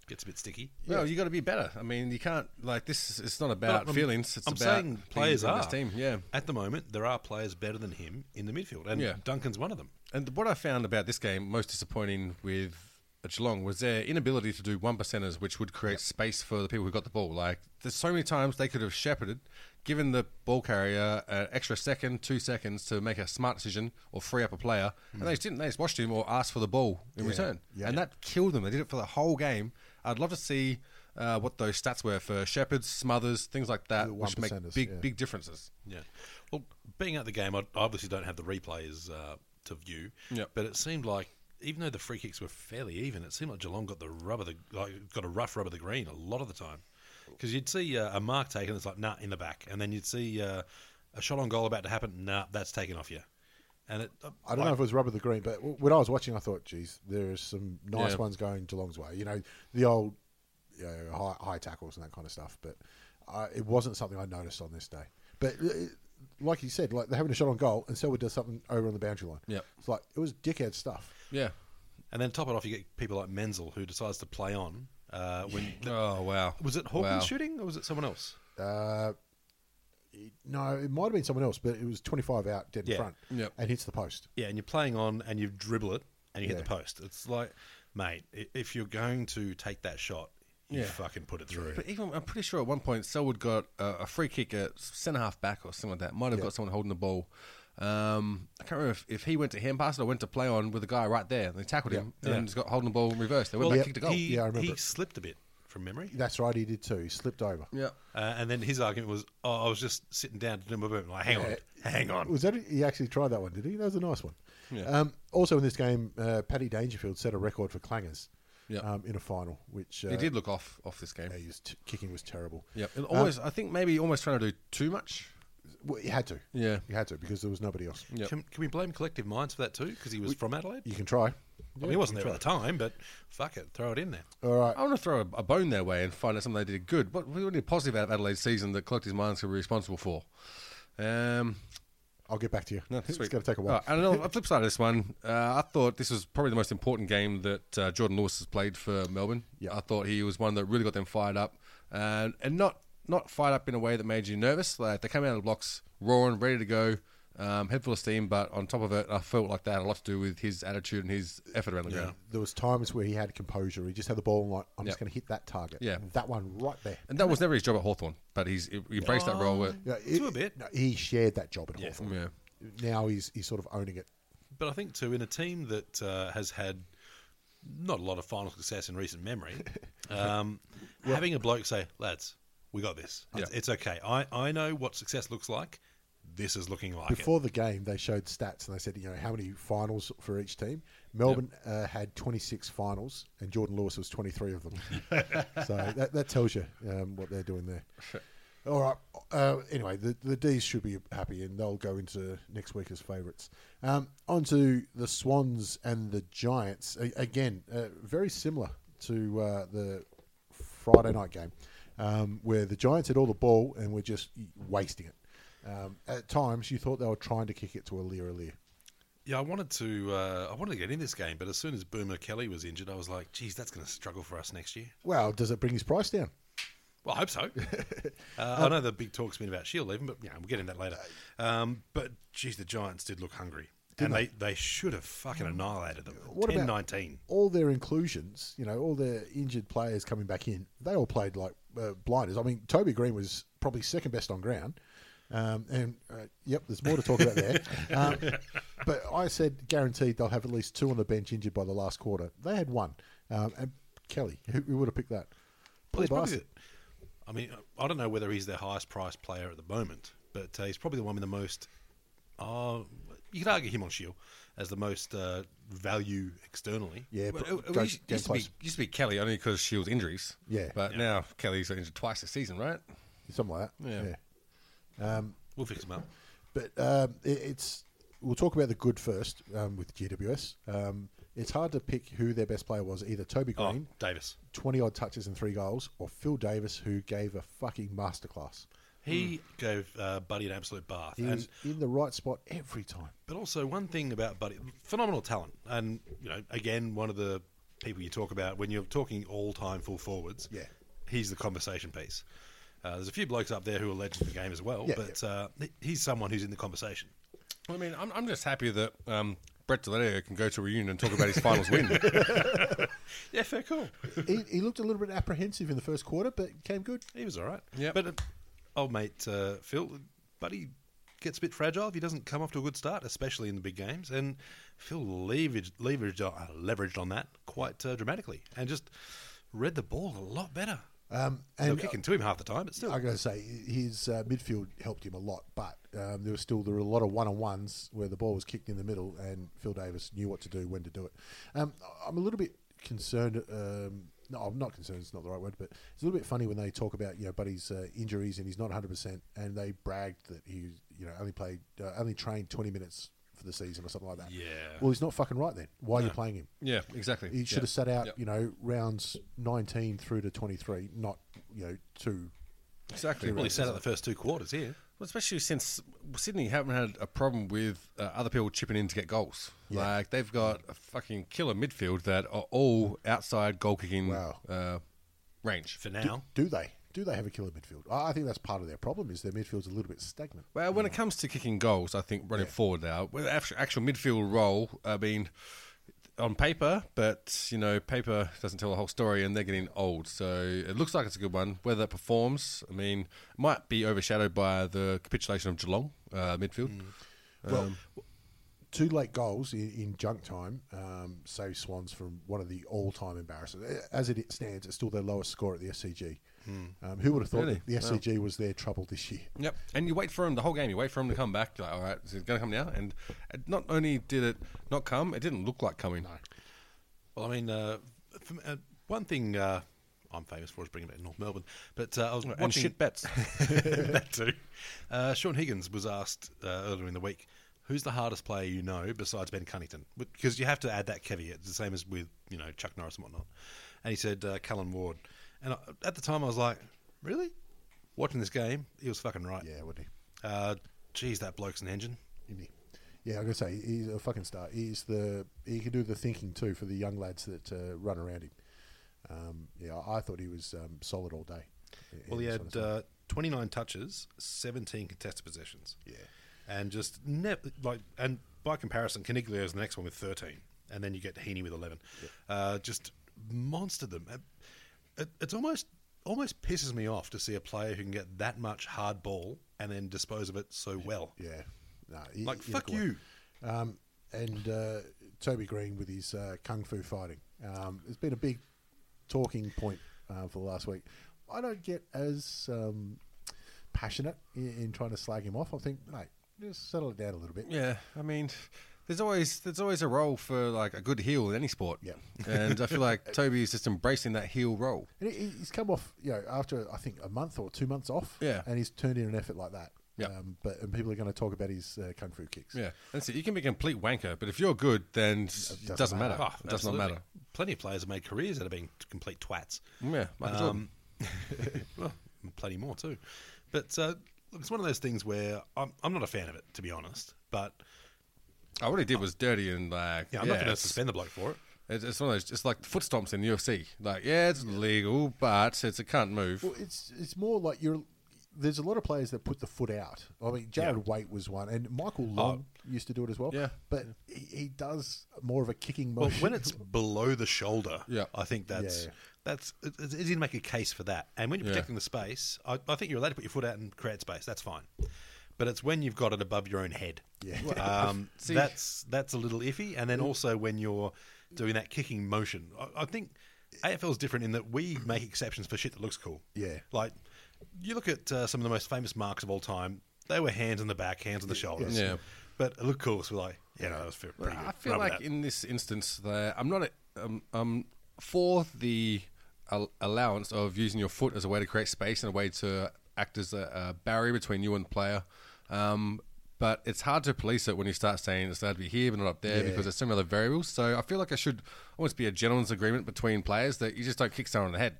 Speaker 3: gets a bit sticky.
Speaker 2: No, you got to be better. I mean, you can't like this. is- It's not about
Speaker 3: But I'm-
Speaker 2: feelings. It's
Speaker 3: I'm
Speaker 2: about
Speaker 3: saying
Speaker 2: being
Speaker 3: players
Speaker 2: on
Speaker 3: are
Speaker 2: this team. Yeah,
Speaker 3: At the moment, there are players better than him in the midfield, and
Speaker 2: Yeah.
Speaker 3: Duncan's one of them.
Speaker 2: And what I found about this game most disappointing with at Geelong was their inability to do one percenters, which would create space for the people who got the ball. Like there's so many times they could have shepherded, given the ball carrier an extra second, two seconds to make a smart decision or free up a player,
Speaker 3: Hmm.
Speaker 2: and they just didn't. They just watched him or asked for the ball in return, and that killed them. They did it for the whole game. I'd love to see uh, what those stats were for Shepherds, Smothers, things like that, which make
Speaker 1: one-percenters,
Speaker 2: big
Speaker 1: yeah.
Speaker 2: big differences.
Speaker 3: Yeah. Well, being at the game, I I obviously don't have the replays uh, to view.
Speaker 2: Yeah.
Speaker 3: But it seemed like, even though the free kicks were fairly even, it seemed like Geelong got the rub of the like got a rough rub of the green a lot of the time. Because you'd see uh, a mark taken, it's like nah in the back, and then you'd see uh, a shot on goal about to happen, nah that's taken off you. And it,
Speaker 1: I don't know if it was rubber the green, but w- when I was watching, I thought, geez, there's some nice
Speaker 2: Yeah.
Speaker 1: ones going Geelong's way. You know, the old you know, high, high tackles and that kind of stuff. But uh, it wasn't something I noticed on this day. But uh, like you said, like they're having a shot on goal, and Selwood does something over on the boundary line.
Speaker 2: Yep.
Speaker 1: it's like it was dickhead stuff.
Speaker 2: Yeah.
Speaker 3: and then top it off, you get people like Menzel who decides to play on. Uh, when
Speaker 2: Oh wow.
Speaker 3: was it Hawkins
Speaker 2: Wow.
Speaker 3: shooting or was it someone else?
Speaker 1: Uh, it- no, it might have been someone else, but it was 25 out dead in
Speaker 3: Yeah.
Speaker 1: front
Speaker 2: Yep.
Speaker 1: and hits the post.
Speaker 3: Yeah, and you're playing on and you dribble it and you hit the
Speaker 1: Yeah.
Speaker 3: post. It's like, mate, i- if you're going to take that shot, you fucking put it through.
Speaker 2: But even I'm pretty sure at one point Selwood got a, a free kick at centre half back or something like that. Might have got someone holding the ball. Um, I can't remember if, if he went to him pass it or went to play on with a guy right there. They tackled him and then just got holding the ball in reverse. They went back
Speaker 1: yeah,
Speaker 2: kicked the goal.
Speaker 3: He,
Speaker 1: Yeah, I remember
Speaker 3: he
Speaker 1: it.
Speaker 3: slipped a bit from memory.
Speaker 1: That's right, he did too. He slipped over.
Speaker 2: yeah.
Speaker 3: Uh, and then his argument was, oh, I was just sitting down to do my boot. Like, hang on, hang on.
Speaker 1: Was that he actually tried that one? Did he? That was a nice one. Um, also in this game, uh, Paddy Dangerfield set a record for clangers
Speaker 2: Yeah.
Speaker 1: um, in a final, which uh,
Speaker 2: He did look off off this game.
Speaker 1: yeah, Um, his t- kicking was terrible.
Speaker 2: Yep. And always, I think maybe almost trying to do too much.
Speaker 1: Well, he had to.
Speaker 2: Yeah.
Speaker 1: he had to because there was nobody else.
Speaker 2: Yep.
Speaker 3: Can, can we blame Collective Minds for that too? Because he was from Adelaide?
Speaker 1: You can try.
Speaker 3: I mean, he wasn't there at the time, but fuck it, throw it in there.
Speaker 1: All right.
Speaker 2: I want to throw a, a bone their way and find out something they did good. What what really positive out of Adelaide's season that Collective Minds could be responsible for? Um,
Speaker 1: I'll get back to you.
Speaker 2: No,
Speaker 1: it's
Speaker 2: sweet.
Speaker 1: going to take a while.
Speaker 2: Alright, and on the flip side of this one, uh, I thought this was probably the most important game that uh, Jordan Lewis has played for Melbourne.
Speaker 1: Yeah.
Speaker 2: I thought he was one that really got them fired up, and and not not fired up in a way that made you nervous. Like they came out of the blocks roaring, ready to go, um, head full of steam. But on top of it, I felt like that had a lot to do with his attitude and his effort around the ground.
Speaker 1: There was times where he had composure. He just had the ball and like, I'm
Speaker 2: Yep.
Speaker 1: just going to hit that target.
Speaker 2: Yeah.
Speaker 1: that one right there.
Speaker 2: And that was never his job at Hawthorn, but he's he embraced that role. Where,
Speaker 1: Yeah,
Speaker 3: To a bit.
Speaker 1: no, he shared that job at Hawthorn.
Speaker 2: yeah.
Speaker 1: Now he's he's sort of owning it.
Speaker 3: But I think too, in a team that uh, has had not a lot of final success in recent memory, um, having a bloke say, "Lads, we got this. It's, it's okay. I, I know what success looks like. This is looking like it."
Speaker 1: Before the game, they showed stats and they said, you know, how many finals for each team. Melbourne uh, had 26 finals, and Jordan Lewis was 23 of them. so that, that tells you um, what they're doing there. All right. Uh, anyway, the, the D's should be happy, and they'll go into next week as favourites. Um, on to the Swans and the Giants. A- again, uh, very similar to uh, the Friday night game, um, where the Giants had all the ball and were just wasting it. Um, at times, you thought they were trying to kick it to Alir Alir.
Speaker 3: yeah, I wanted to uh, I wanted to get in this game, but as soon as Boomer Kelly was injured, I was like, "Geez, that's going to struggle for us next year."
Speaker 1: Well, does it bring his price down?
Speaker 3: Well, I hope so. uh,
Speaker 1: Um,
Speaker 3: I know the big talk's been about Shield leaving, but yeah, we'll get into that later. Um, but geez, the Giants did look hungry, and they, they should have fucking annihilated them.
Speaker 1: What
Speaker 3: 10
Speaker 1: about
Speaker 3: 19.
Speaker 1: all their inclusions? You know, all their injured players coming back in. They all played like uh, blinders. I mean, Toby Green was probably second best on ground. Um, and uh, yep, there's more to talk about there. Um, but I said guaranteed they'll have at least two on the bench injured by the last quarter. They had one, um, and Kelly, who, who would have picked that?
Speaker 3: Well, he's
Speaker 1: Poor
Speaker 3: probably
Speaker 1: bastard.
Speaker 3: the- I mean, I don't know whether he's their highest priced player at the moment, but uh, he's probably the one with the most. Uh, you could argue him on Shield as the most uh, value externally.
Speaker 1: Yeah,
Speaker 2: Well,
Speaker 1: but
Speaker 2: it- it
Speaker 1: go-
Speaker 2: used,
Speaker 1: go
Speaker 2: used to be,
Speaker 1: place.
Speaker 2: used to be Kelly only because she was injuries.
Speaker 1: Yeah.
Speaker 2: But now Kelly's injured twice this season, right?
Speaker 1: something like that.
Speaker 2: Yeah.
Speaker 1: yeah.
Speaker 3: We'll fix him up.
Speaker 1: But um, it, it's we'll talk about the good first um, with GWS. Um, it's hard to pick who their best player was, either Toby
Speaker 3: Oh,
Speaker 1: Green,
Speaker 3: Davis.
Speaker 1: 20 odd touches and three goals, or Phil Davis, who gave a fucking masterclass.
Speaker 3: He gave uh, Buddy an absolute bath.
Speaker 1: hmm. He
Speaker 3: and
Speaker 1: was in the right spot every time.
Speaker 3: But also one thing about Buddy, phenomenal talent, and you know, again, one of the people you talk about when you're talking all-time full forwards.
Speaker 1: Yeah.
Speaker 3: he's the conversation piece. Uh, there's a few blokes up there who are legends of the game as well,
Speaker 1: Yeah,
Speaker 3: but Uh, he- he's someone who's in the conversation.
Speaker 2: Well, I mean, I'm, I'm just happy that um, Brett Delaney can go to a reunion and talk about his finals win.
Speaker 3: Yeah, fair call.
Speaker 1: he, he looked a little bit apprehensive in the first quarter, but came good.
Speaker 3: He was all right.
Speaker 2: Yep.
Speaker 3: But uh, old mate uh, Phil, Buddy gets a bit fragile if he doesn't come off to a good start, especially in the big games. And Phil leveraged, leveraged, uh, leveraged on that quite uh, dramatically and just read the ball a lot better.
Speaker 1: Um,
Speaker 3: They were
Speaker 1: and
Speaker 3: kicking to him half the time, but still.
Speaker 1: I got to say, his uh, midfield helped him a lot, but um, there was still there were a lot of one on ones where the ball was kicked in the middle, and Phil Davis knew what to do when to do it. Um, I'm a little bit concerned. Um, no, I'm not concerned. It's not the right word, but it's a little bit funny when they talk about you know Buddy's uh, injuries and he's not 100, percent and they bragged that he you know only played uh, only trained 20 minutes for the season or something like that.
Speaker 3: Yeah.
Speaker 1: Well, he's not fucking right then. Why are you playing him?
Speaker 2: yeah, exactly.
Speaker 1: He should
Speaker 2: Yeah.
Speaker 1: have sat out,
Speaker 2: Yeah.
Speaker 1: you know, rounds 19 through to 23, not, you know, two.
Speaker 2: Exactly.
Speaker 3: Well, he sat out the first two quarters here.
Speaker 2: Well, especially since Sydney haven't had a problem with uh, other people chipping in to get goals. Like they've got a fucking killer midfield that are all outside goal kicking
Speaker 1: Wow.
Speaker 2: uh, range.
Speaker 3: For now,
Speaker 1: Do they? Do they have a killer midfield? I I think that's part of their problem is their midfield's a little bit stagnant.
Speaker 2: Well, when it comes to kicking goals, I think running forward now, with the actual, actual midfield role, I mean, on paper, but you know, paper doesn't tell the whole story, and they're getting old. So it looks like it's a good one. Whether it performs, I mean, might be overshadowed by the capitulation of Geelong uh, midfield.
Speaker 3: Um,
Speaker 1: Two late goals in, in junk time um, save Swans from one of the all-time embarrassments. As it stands, it's still their lowest score at the SCG.
Speaker 3: Hmm.
Speaker 1: Um, who would have thought
Speaker 2: Really?
Speaker 1: that the SCG was their trouble this year?
Speaker 2: Yep. And you wait for him the whole game. You wait for him to come back. You're like, all right, is it going to come now? And it- not only did it not come, it didn't look like coming.
Speaker 3: Well, I mean, uh, from, uh, one thing uh, I'm famous for is bringing back North Melbourne, but uh, I was
Speaker 2: And
Speaker 3: watching
Speaker 2: shit bets.
Speaker 3: that too. Uh, Sean Higgins was asked uh, earlier in the week, "Who's the hardest player you know besides Ben Cunnington?" Because you have to add that caveat, it's the same as with you know Chuck Norris and whatnot. And he said uh, Cullen Ward, and I, at the time I was like, "Really?" Watching this game, he was fucking right.
Speaker 1: Yeah, wouldn't he?
Speaker 3: Uh, geez, that bloke's an engine.
Speaker 1: Isn't he? Yeah, I'm gonna say he's a fucking star. He's the he can do the thinking too for the young lads that uh, run around him. Um, yeah, I thought he was um, solid all day.
Speaker 3: Well,
Speaker 1: Yeah,
Speaker 3: he
Speaker 1: that's
Speaker 3: had uh, 29 touches, 17 contested possessions. Yeah. And just never, like, and by comparison, Caniglio is the next one with 13. And then you get Heaney with 11. Uh, just monster them. And It, it's almost, almost pisses me off to see a player who can get that much hard ball and then dispose of it so well.
Speaker 1: Yeah, no, he-
Speaker 3: Like,
Speaker 1: he
Speaker 3: fuck
Speaker 1: looked away.
Speaker 3: you.
Speaker 1: Um, and uh, Toby Green with his uh, kung fu fighting. Um, it's been a big talking point uh, for the last week. I don't get as um, passionate in, in trying to slag him off. I think, mate, just settle it down a little bit.
Speaker 2: yeah. I mean, there's always there's always a role for like a good heel in any sport.
Speaker 1: Yeah.
Speaker 2: And I feel like Toby is just embracing that heel role.
Speaker 1: And he- he's come off, you know, after I think a month or two months off.
Speaker 2: Yeah.
Speaker 1: And he's turned in an effort like that.
Speaker 2: Yeah.
Speaker 1: Um, but and people are going to talk about his uh, kung fu kicks.
Speaker 2: Yeah. That's it. You can be a complete wanker, but if you're good, then it doesn't, matter.
Speaker 3: Oh,
Speaker 2: Ah, it does not
Speaker 3: absolutely.
Speaker 2: matter.
Speaker 3: Plenty of players have made careers out of being complete twats.
Speaker 1: Mm.
Speaker 2: Yeah,
Speaker 3: Um,
Speaker 2: Michael Jordan.
Speaker 3: well, plenty more too. But uh, look, it's one of those things where I'm, I'm not a fan of it, to be honest. But
Speaker 2: Oh, what he did was dirty and like.
Speaker 3: yeah, I'm not going to
Speaker 2: it's-
Speaker 3: suspend the bloke for it.
Speaker 2: It's, it's one of those. It's like foot stomps in the UFC. Like, yeah, it's legal, but it's a cunt move.
Speaker 1: Well, it's it's more like you're. There's a lot of players that put the foot out. I mean, Jared Waite was one, and Michael Long
Speaker 3: Oh.
Speaker 1: used to do it as well.
Speaker 2: Yeah.
Speaker 1: but He, he does more of a kicking
Speaker 3: Well,
Speaker 1: motion.
Speaker 3: when it's below the shoulder,
Speaker 2: Yeah.
Speaker 3: I think that's
Speaker 1: Yeah.
Speaker 3: that's it's it's easy to make a case for that. And when you're
Speaker 2: Yeah.
Speaker 3: protecting the space, I, I think you're allowed to put your foot out and create space. That's fine. But it's when you've got it above your own head.
Speaker 1: Yeah.
Speaker 3: um, that's that's a little iffy. And then also when you're doing that kicking motion, I, I think AFL is different in that we make exceptions for shit that looks cool.
Speaker 1: Yeah.
Speaker 3: like you look at uh, some of the most famous marks of all time. They were hands on the back, hands on the shoulders.
Speaker 2: Yeah.
Speaker 3: but it looked cool. So we're like, yeah, no, that was pretty good.
Speaker 2: I feel
Speaker 3: Run with
Speaker 2: like
Speaker 3: that.
Speaker 2: in this instance, there I'm not. A, um, I'm for the al- allowance of using your foot as a way to create space and a way to act as a, a barrier between you and the player. Um, but it's hard to police it when you start saying it's allowed to be here but not up there because there's so many other variables. So I feel like it should almost be a gentleman's agreement between players that you just don't kick someone in the head.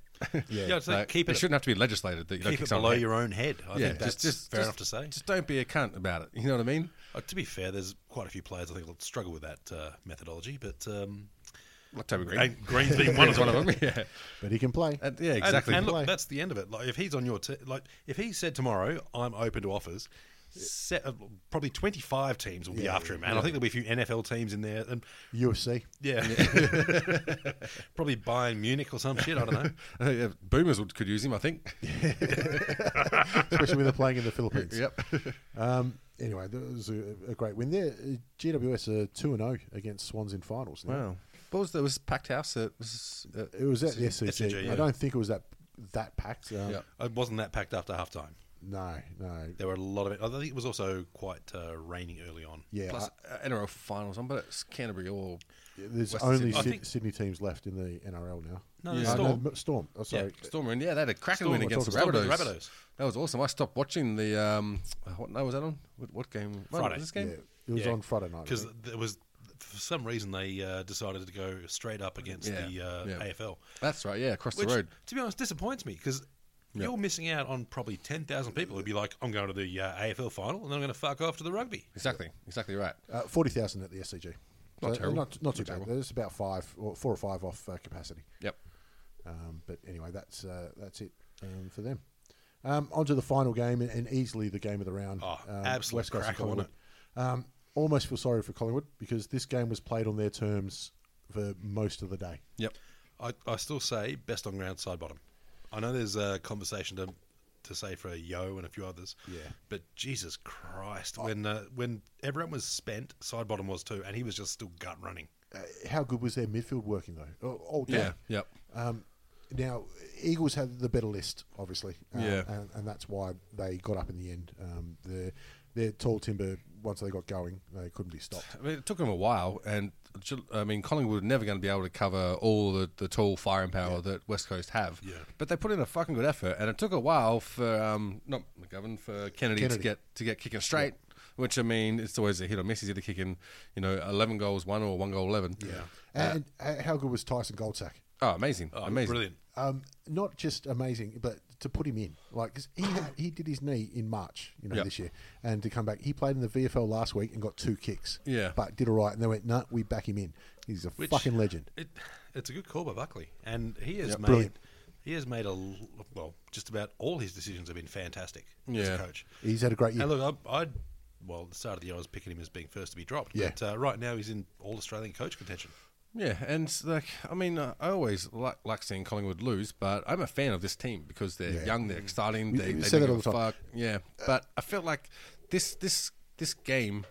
Speaker 3: Yeah, it's like, keep it-
Speaker 2: shouldn't have to be legislated that you don't
Speaker 3: keep
Speaker 2: kick
Speaker 3: it
Speaker 2: someone
Speaker 3: below
Speaker 2: in the
Speaker 3: your own head. I
Speaker 2: head.
Speaker 3: think that's fair enough to say.
Speaker 2: Just don't be a cunt about it. You know what I mean?
Speaker 3: Uh, to be fair, there's quite a few players I think will struggle with that uh, methodology, but um,
Speaker 2: Like Toby Green.
Speaker 3: and Green's being one of
Speaker 2: He's one
Speaker 3: them.
Speaker 2: of them. Yeah,
Speaker 1: but he can play.
Speaker 2: And- yeah,
Speaker 3: And-
Speaker 2: exactly.
Speaker 3: And,
Speaker 1: Play.
Speaker 3: look, that's the end of it. Like if he's on your, t- like if he said tomorrow, I'm open to offers. se- uh, probably 25 teams will be after him. And I think there'll be a few NFL teams in there. And
Speaker 1: UFC.
Speaker 3: yeah, probably Bayern Munich or some shit. I don't know.
Speaker 2: Uh, yeah, boomers would, could use him, I think.
Speaker 1: especially when they're playing in the Philippines.
Speaker 2: Yep.
Speaker 1: Um, anyway, that was a, a great win there. Uh, GWS are two and zero against Swans in finals. Now.
Speaker 2: What was there? Was packed house? It was. Uh,
Speaker 1: It was at the SCG.
Speaker 3: SCG, yeah.
Speaker 1: I don't think it was that that packed. Um,
Speaker 2: Yeah.
Speaker 3: It wasn't that packed after halftime.
Speaker 1: No, no.
Speaker 3: There were a lot of it. I think it was also quite uh, raining early on.
Speaker 1: Yeah,
Speaker 2: plus uh, NRL finals. I'm but it's Canterbury or
Speaker 1: There's
Speaker 2: Western
Speaker 1: only
Speaker 2: Sydney.
Speaker 3: I
Speaker 1: Syd-
Speaker 3: think-
Speaker 1: Sydney teams left in the NRL now.
Speaker 3: No, Yeah.
Speaker 1: Uh,
Speaker 3: Storm.
Speaker 1: M- Storm. Oh, sorry.
Speaker 2: Storm. And yeah, they had a cracking
Speaker 3: Storm,
Speaker 2: win
Speaker 3: we're
Speaker 2: against the
Speaker 3: talking-
Speaker 2: Rabbitohs.
Speaker 3: Storm, Rabbitohs.
Speaker 2: That was awesome. I stopped watching the. Um, what night was that on? What, what game? What
Speaker 3: Friday.
Speaker 2: Was this game?
Speaker 1: Yeah, it was
Speaker 3: Yeah.
Speaker 1: on Friday night. I
Speaker 3: because
Speaker 1: think.
Speaker 3: there was for some reason they uh, decided to go straight up against
Speaker 2: Yeah,
Speaker 3: the uh,
Speaker 2: yeah.
Speaker 3: AFL,
Speaker 2: That's right. Yeah, across
Speaker 3: which
Speaker 2: the road.
Speaker 3: to be honest disappoints me because. You're missing out on probably 10,000 people who'd be like, I'm going to the uh, AFL final and then I'm going to fuck off to the rugby.
Speaker 2: Exactly. Exactly right.
Speaker 1: uh, forty thousand at the SCG.
Speaker 2: Not
Speaker 1: So, uh,
Speaker 2: terrible.
Speaker 1: Not, not too
Speaker 2: Not
Speaker 1: bad. It's about five or four or five off uh, capacity.
Speaker 2: Yep.
Speaker 1: Um, but anyway, that's uh, that's it um, for them. Um, on to the final game and, and easily the game of the round.
Speaker 3: Oh,
Speaker 1: um,
Speaker 3: absolute
Speaker 1: West Coast and
Speaker 3: cracker, wasn't
Speaker 1: Collingwood. Um, almost feel sorry for Collingwood because this game was played on their terms for most of the day.
Speaker 2: Yep.
Speaker 3: I, I still say best on ground side bottom. I know there's a conversation to to say for Yo and a few others. Yeah. But Jesus Christ,
Speaker 2: Oh.
Speaker 3: when uh, when everyone was spent, side bottom was too, and he was just still gut running.
Speaker 1: Uh, how good was their midfield working though? Oh, All- All day.
Speaker 2: Yeah. Yep.
Speaker 1: Um, now, Eagles had the better list, obviously, um,
Speaker 2: Yeah.
Speaker 1: and, and that's why they got up in the end. Um, their their tall timber, once they got going, they couldn't be stopped.
Speaker 2: I mean, it took them a while, and Ge- I mean, Collingwood were never going to be able to cover all the, the tall firing power that West Coast have.
Speaker 3: Yeah.
Speaker 2: But they put in a fucking good effort, and it took a while for um, not McGovern for Kennedy,
Speaker 1: Kennedy.
Speaker 2: to get to get kicking straight. Which I mean, it's always a hit or miss. He's either kicking, you know, eleven goals one or one goal eleven. Yeah.
Speaker 1: And uh, how good was Tyson Goldsack?
Speaker 2: Oh, amazing! amazing!
Speaker 3: Brilliant.
Speaker 1: Um, not just amazing, but to put him in, like 'cause he had, he did his knee in March, you know,
Speaker 2: Yeah.
Speaker 1: this year, and to come back, he played in the VFL last week and got two kicks.
Speaker 2: Yeah.
Speaker 1: but did all right, and they went, "No, we back him in. He's a
Speaker 3: Which-
Speaker 1: fucking legend."
Speaker 3: It, it's a good call by Buckley, and he has made
Speaker 1: brilliant.
Speaker 3: he has made a l- well. Just about all his decisions have been fantastic as
Speaker 2: Yeah.
Speaker 3: a coach.
Speaker 1: He's had a great year.
Speaker 3: And look, I, I well, at the start of the year I was picking him as being first to be dropped.
Speaker 1: Yeah.
Speaker 3: But uh, right now he's in all Australian coach contention.
Speaker 2: Yeah, and it's like I mean, uh, I always like, like seeing Collingwood lose, but I'm a fan of this team because they're young, they're exciting,
Speaker 1: We-
Speaker 2: they,
Speaker 1: we
Speaker 2: they
Speaker 1: say
Speaker 2: don't
Speaker 1: that
Speaker 2: give
Speaker 1: all the time.
Speaker 2: a fuck. Yeah, but I felt like this this this game.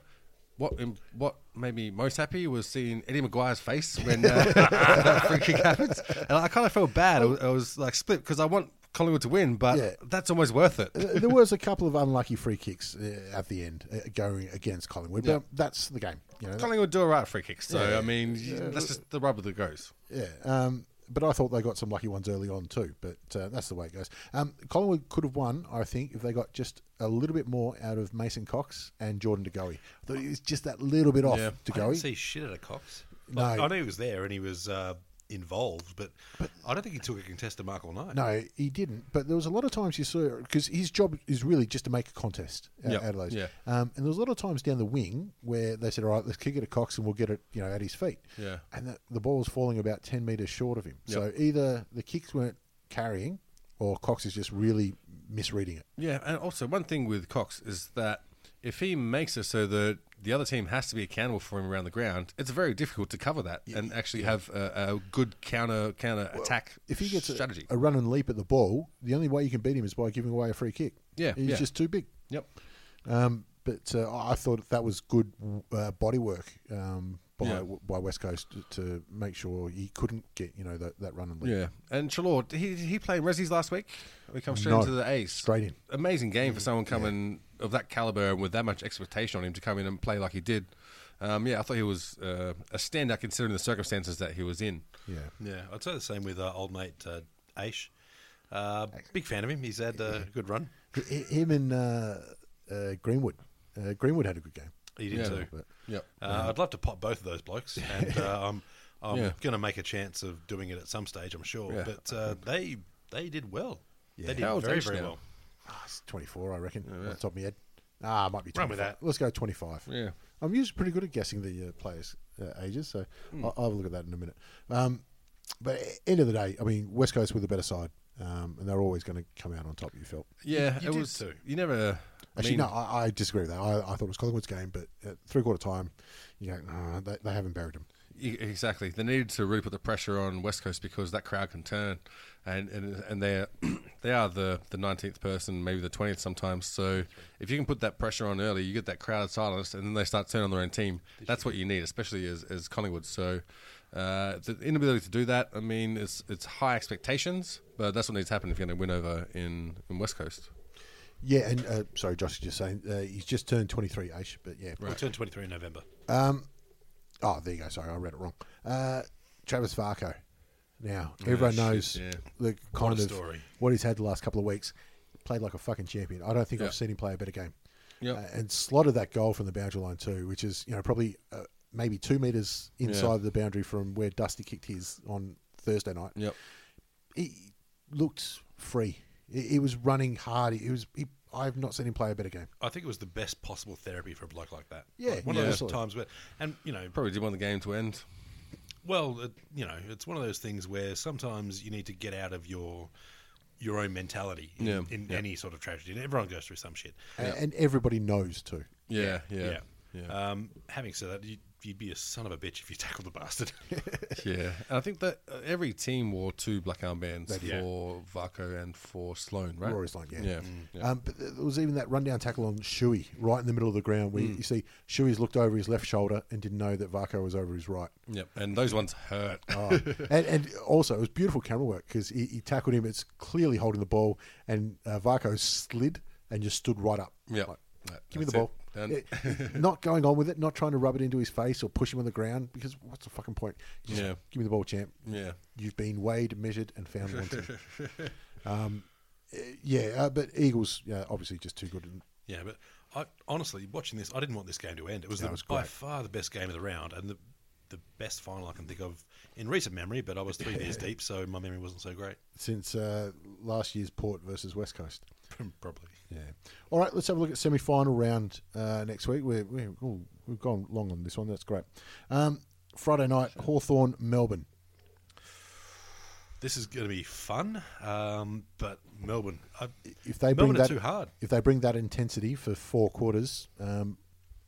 Speaker 2: What um, what made me most happy was seeing Eddie McGuire's face when uh, that free kick happens, and I kind of felt bad. I was, I was like split because I want Collingwood to win, but
Speaker 1: Yeah.
Speaker 2: that's almost worth it.
Speaker 1: Uh, there was a couple of unlucky free kicks uh, at the end uh, going against Collingwood, but that's the game. You know,
Speaker 2: Collingwood do all right free kicks, so I mean that's just the rubber that goes.
Speaker 1: yeah. Um, but I thought they got some lucky ones early on too. But uh, that's the way it goes. Um, Collingwood could have won, I think, if they got just a little bit more out of Mason Cox and Jordan De Goey. I thought it was just that little bit off
Speaker 2: Yeah.
Speaker 1: De
Speaker 3: I didn't
Speaker 1: Goey.
Speaker 3: see shit out of Cox. Like,
Speaker 1: No.
Speaker 3: I knew he was there and he was uh, involved, but, I don't think he took a contested mark all night.
Speaker 1: No, he didn't. But there was a lot of times you saw because his job is really just to make a contest out,
Speaker 2: Yep.
Speaker 1: out of those.
Speaker 2: Yeah.
Speaker 1: Um, and there was a lot of times down the wing where they said, "All right, let's kick it to Cox and we'll get it, you know, at his feet."
Speaker 2: Yeah.
Speaker 1: And the, the ball was falling about ten meters short of him. So either the kicks weren't carrying, or Cox is just really misreading it.
Speaker 2: Yeah, and also one thing with Cox is that if he makes it so that the other team has to be accountable for him around the ground, it's very difficult to cover that and actually have a, a good counter counter attack
Speaker 1: If he gets a,
Speaker 2: strategy.
Speaker 1: a run and leap at the ball, the only way you can beat him is by giving away a free kick.
Speaker 2: Yeah,
Speaker 1: He's
Speaker 2: yeah.
Speaker 1: just too big.
Speaker 2: yep.
Speaker 1: Um, but uh, I thought that was good uh, body work um, by
Speaker 2: Yeah.
Speaker 1: by West Coast to, to make sure he couldn't get you know that, that run and leap.
Speaker 2: Yeah, and Chalor, did he did he play in Resi's last week. We come straight
Speaker 1: No,
Speaker 2: into the ace.
Speaker 1: straight in. Mm-hmm.
Speaker 2: Amazing game for someone coming of that caliber and with that much expectation on him to come in and play like he did. Um, yeah, I thought he was uh, a standout considering the circumstances that he was in.
Speaker 1: Yeah.
Speaker 3: Yeah, I'd say the same with uh, old mate uh, Aish. Uh, big fan of him. He's had uh, a good run.
Speaker 1: H- Him and uh, uh, Greenwood. Uh, Greenwood had a good game.
Speaker 3: He did
Speaker 2: Yeah.
Speaker 3: too.
Speaker 1: But-
Speaker 2: Yep.
Speaker 3: Uh, I'd love to pop both of those blokes, and uh, I'm I'm
Speaker 2: Yeah.
Speaker 3: going to make a chance of doing it at some stage, I'm sure.
Speaker 2: Yeah.
Speaker 3: But uh, they they did well. They
Speaker 2: How
Speaker 3: did
Speaker 2: old's
Speaker 3: very
Speaker 2: Aish
Speaker 3: very
Speaker 2: now?
Speaker 3: well.
Speaker 1: Ah, it's 24, I reckon, on the top of my head. Ah, it might be 25.
Speaker 3: Run with that.
Speaker 1: Let's go 25.
Speaker 2: Yeah.
Speaker 1: I'm usually pretty good at guessing the uh, players' uh, ages, so
Speaker 2: Hmm.
Speaker 1: I'll, I'll have a look at that in a minute. Um, but end of the day, I mean, West Coast were the better side, um, and they're always going to come out on top, you felt.
Speaker 2: Yeah,
Speaker 3: You
Speaker 2: it
Speaker 3: did
Speaker 2: was.
Speaker 3: too.
Speaker 2: You never.
Speaker 1: Actually, no, I, I disagree with that. I, I thought it was Collingwood's game, but at three quarter time, you go, "Nah, they, they haven't buried him.
Speaker 2: E- Exactly. They needed to really put the pressure on West Coast because that crowd can turn, and and, and they are they are the the nineteenth person, maybe the twentieth sometimes. So if you can put that pressure on early, you get that crowd silenced, and then they start turning on their own team. That's what you need, especially as, as Collingwood. So uh, the inability to do that, I mean, it's it's high expectations, but that's what needs to happen if you're going to win over in, in West Coast.
Speaker 1: Yeah, and uh, sorry, Josh is just saying uh, he's just turned 23, Aish, but yeah.
Speaker 3: We turned 23 in November.
Speaker 1: Oh, there you go. Sorry, I read it wrong. Uh, Travis Varco. Now, everyone
Speaker 2: shit,
Speaker 1: knows
Speaker 2: yeah.
Speaker 1: the kind
Speaker 3: a
Speaker 1: of
Speaker 3: story.
Speaker 1: what he's had the last couple of weeks. Played like a fucking champion. I don't think
Speaker 2: Yeah.
Speaker 1: I've seen him play a better game.
Speaker 2: Yeah.
Speaker 1: Uh, and slotted that goal from the boundary line too, which is you know probably uh, maybe two meters inside the boundary from where Dusty kicked his on Thursday night.
Speaker 2: Yep.
Speaker 1: He looked free. He, he was running hard. He, was. He, I've not seen him play a better game.
Speaker 3: I think it was the best possible therapy for a bloke like that.
Speaker 1: Yeah,
Speaker 3: Like, one
Speaker 2: yeah.
Speaker 3: of those
Speaker 1: Absolutely.
Speaker 3: times where, and you know,
Speaker 2: Probably did want the game to end.
Speaker 3: well, it, you know, it's one of those things where sometimes you need to get out of your your own mentality in,
Speaker 2: Yeah,
Speaker 3: in
Speaker 2: yeah.
Speaker 3: any sort of tragedy. And everyone goes through some shit.
Speaker 1: And, and everybody knows too.
Speaker 2: Yeah. Yeah.
Speaker 3: Yeah.
Speaker 2: Yeah. Uh,
Speaker 3: Um, having said that, you'd, you'd be a son of a bitch if you tackled the bastard.
Speaker 2: Yeah, and I think that uh, every team wore two black armbands
Speaker 3: did.
Speaker 2: for Varco and for Sloan, right?
Speaker 1: Rory's line, yeah.
Speaker 2: yeah.
Speaker 1: Um, but there was even that rundown tackle on Shuey right in the middle of the ground where
Speaker 2: Mm.
Speaker 1: you see Shuey's looked over his left shoulder and didn't know that Varco was over his right.
Speaker 2: Yep, and those ones hurt.
Speaker 1: Oh. and, and also, it was beautiful camera work because he, he tackled him. It's clearly holding the ball, and uh, Varco slid and just stood right up.
Speaker 2: Yeah.
Speaker 1: Like,
Speaker 2: Right,
Speaker 1: Give me the
Speaker 2: that's
Speaker 1: ball.
Speaker 2: it. Done.
Speaker 1: Yeah, not going on with it, not trying to rub it into his face or push him on the ground because what's the fucking point? Just
Speaker 2: Yeah.
Speaker 1: Give me the ball, champ.
Speaker 2: Yeah.
Speaker 1: You've been weighed, measured, and found wanting. um, eh, yeah, uh, but Eagles, yeah, obviously just too good. And,
Speaker 3: yeah, but I honestly, watching this, I didn't want this game to end. It was, the,
Speaker 1: was
Speaker 3: by
Speaker 1: great.
Speaker 3: far the best game of the round and the the best final I can think of in recent memory. But I was three beers deep, so my memory wasn't so great.
Speaker 1: since uh, last year's Port versus West Coast.
Speaker 3: Probably.
Speaker 1: Yeah. All right, let's have a look at semi final round uh, next week. We're, we're, ooh, we've gone long on this one. That's great. Um, Friday night, Hawthorn, Melbourne.
Speaker 3: This is going to be fun, um, but Melbourne. I,
Speaker 1: If they bring
Speaker 3: Melbourne
Speaker 1: that
Speaker 3: are too hard.
Speaker 1: if they bring that intensity for four quarters, um,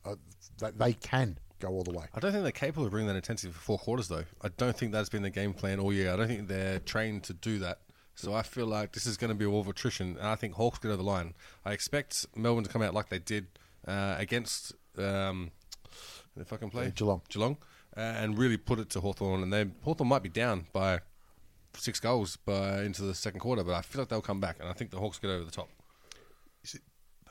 Speaker 1: uh, they, they can go all the way.
Speaker 2: I don't think they're capable of bringing that intensity for four quarters, though. I don't think that's been the game plan all year. I don't think they're trained to do that. So I feel like this is going to be a war of attrition, and I think Hawks get over the line. I expect Melbourne to come out like they did uh, against um, the fucking play
Speaker 1: Yeah, Geelong.
Speaker 2: Geelong, uh, and really put it to Hawthorn. And then Hawthorn might be down by six goals by into the second quarter, but I feel like they'll come back, and I think the Hawks get over the top.
Speaker 3: You see,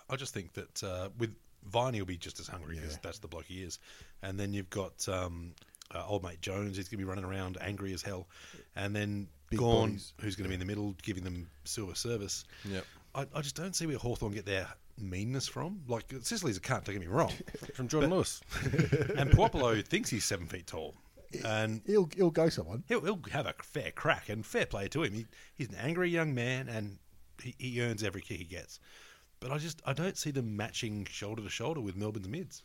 Speaker 3: I just think that uh, with Viney will be just as hungry because that's the bloke he is, and then you've got um, uh, old mate Jones. He's going to be running around angry as hell, and then
Speaker 1: Big
Speaker 3: Gorn,
Speaker 1: bodies.
Speaker 3: who's going to be in the middle giving them silver service.
Speaker 2: Yep.
Speaker 3: I, I just don't see where Hawthorn get their meanness from. Like Sicily's a cunt. Don't get me wrong,
Speaker 2: From Jordan Lewis,
Speaker 3: and Puopolo thinks he's seven feet tall, and
Speaker 1: He'll, he'll go someone.
Speaker 3: he'll, he'll have a fair crack and fair play to him. He, he's an angry young man and he, he earns every kick he gets. But I just I don't see them matching shoulder to shoulder with Melbourne's mids.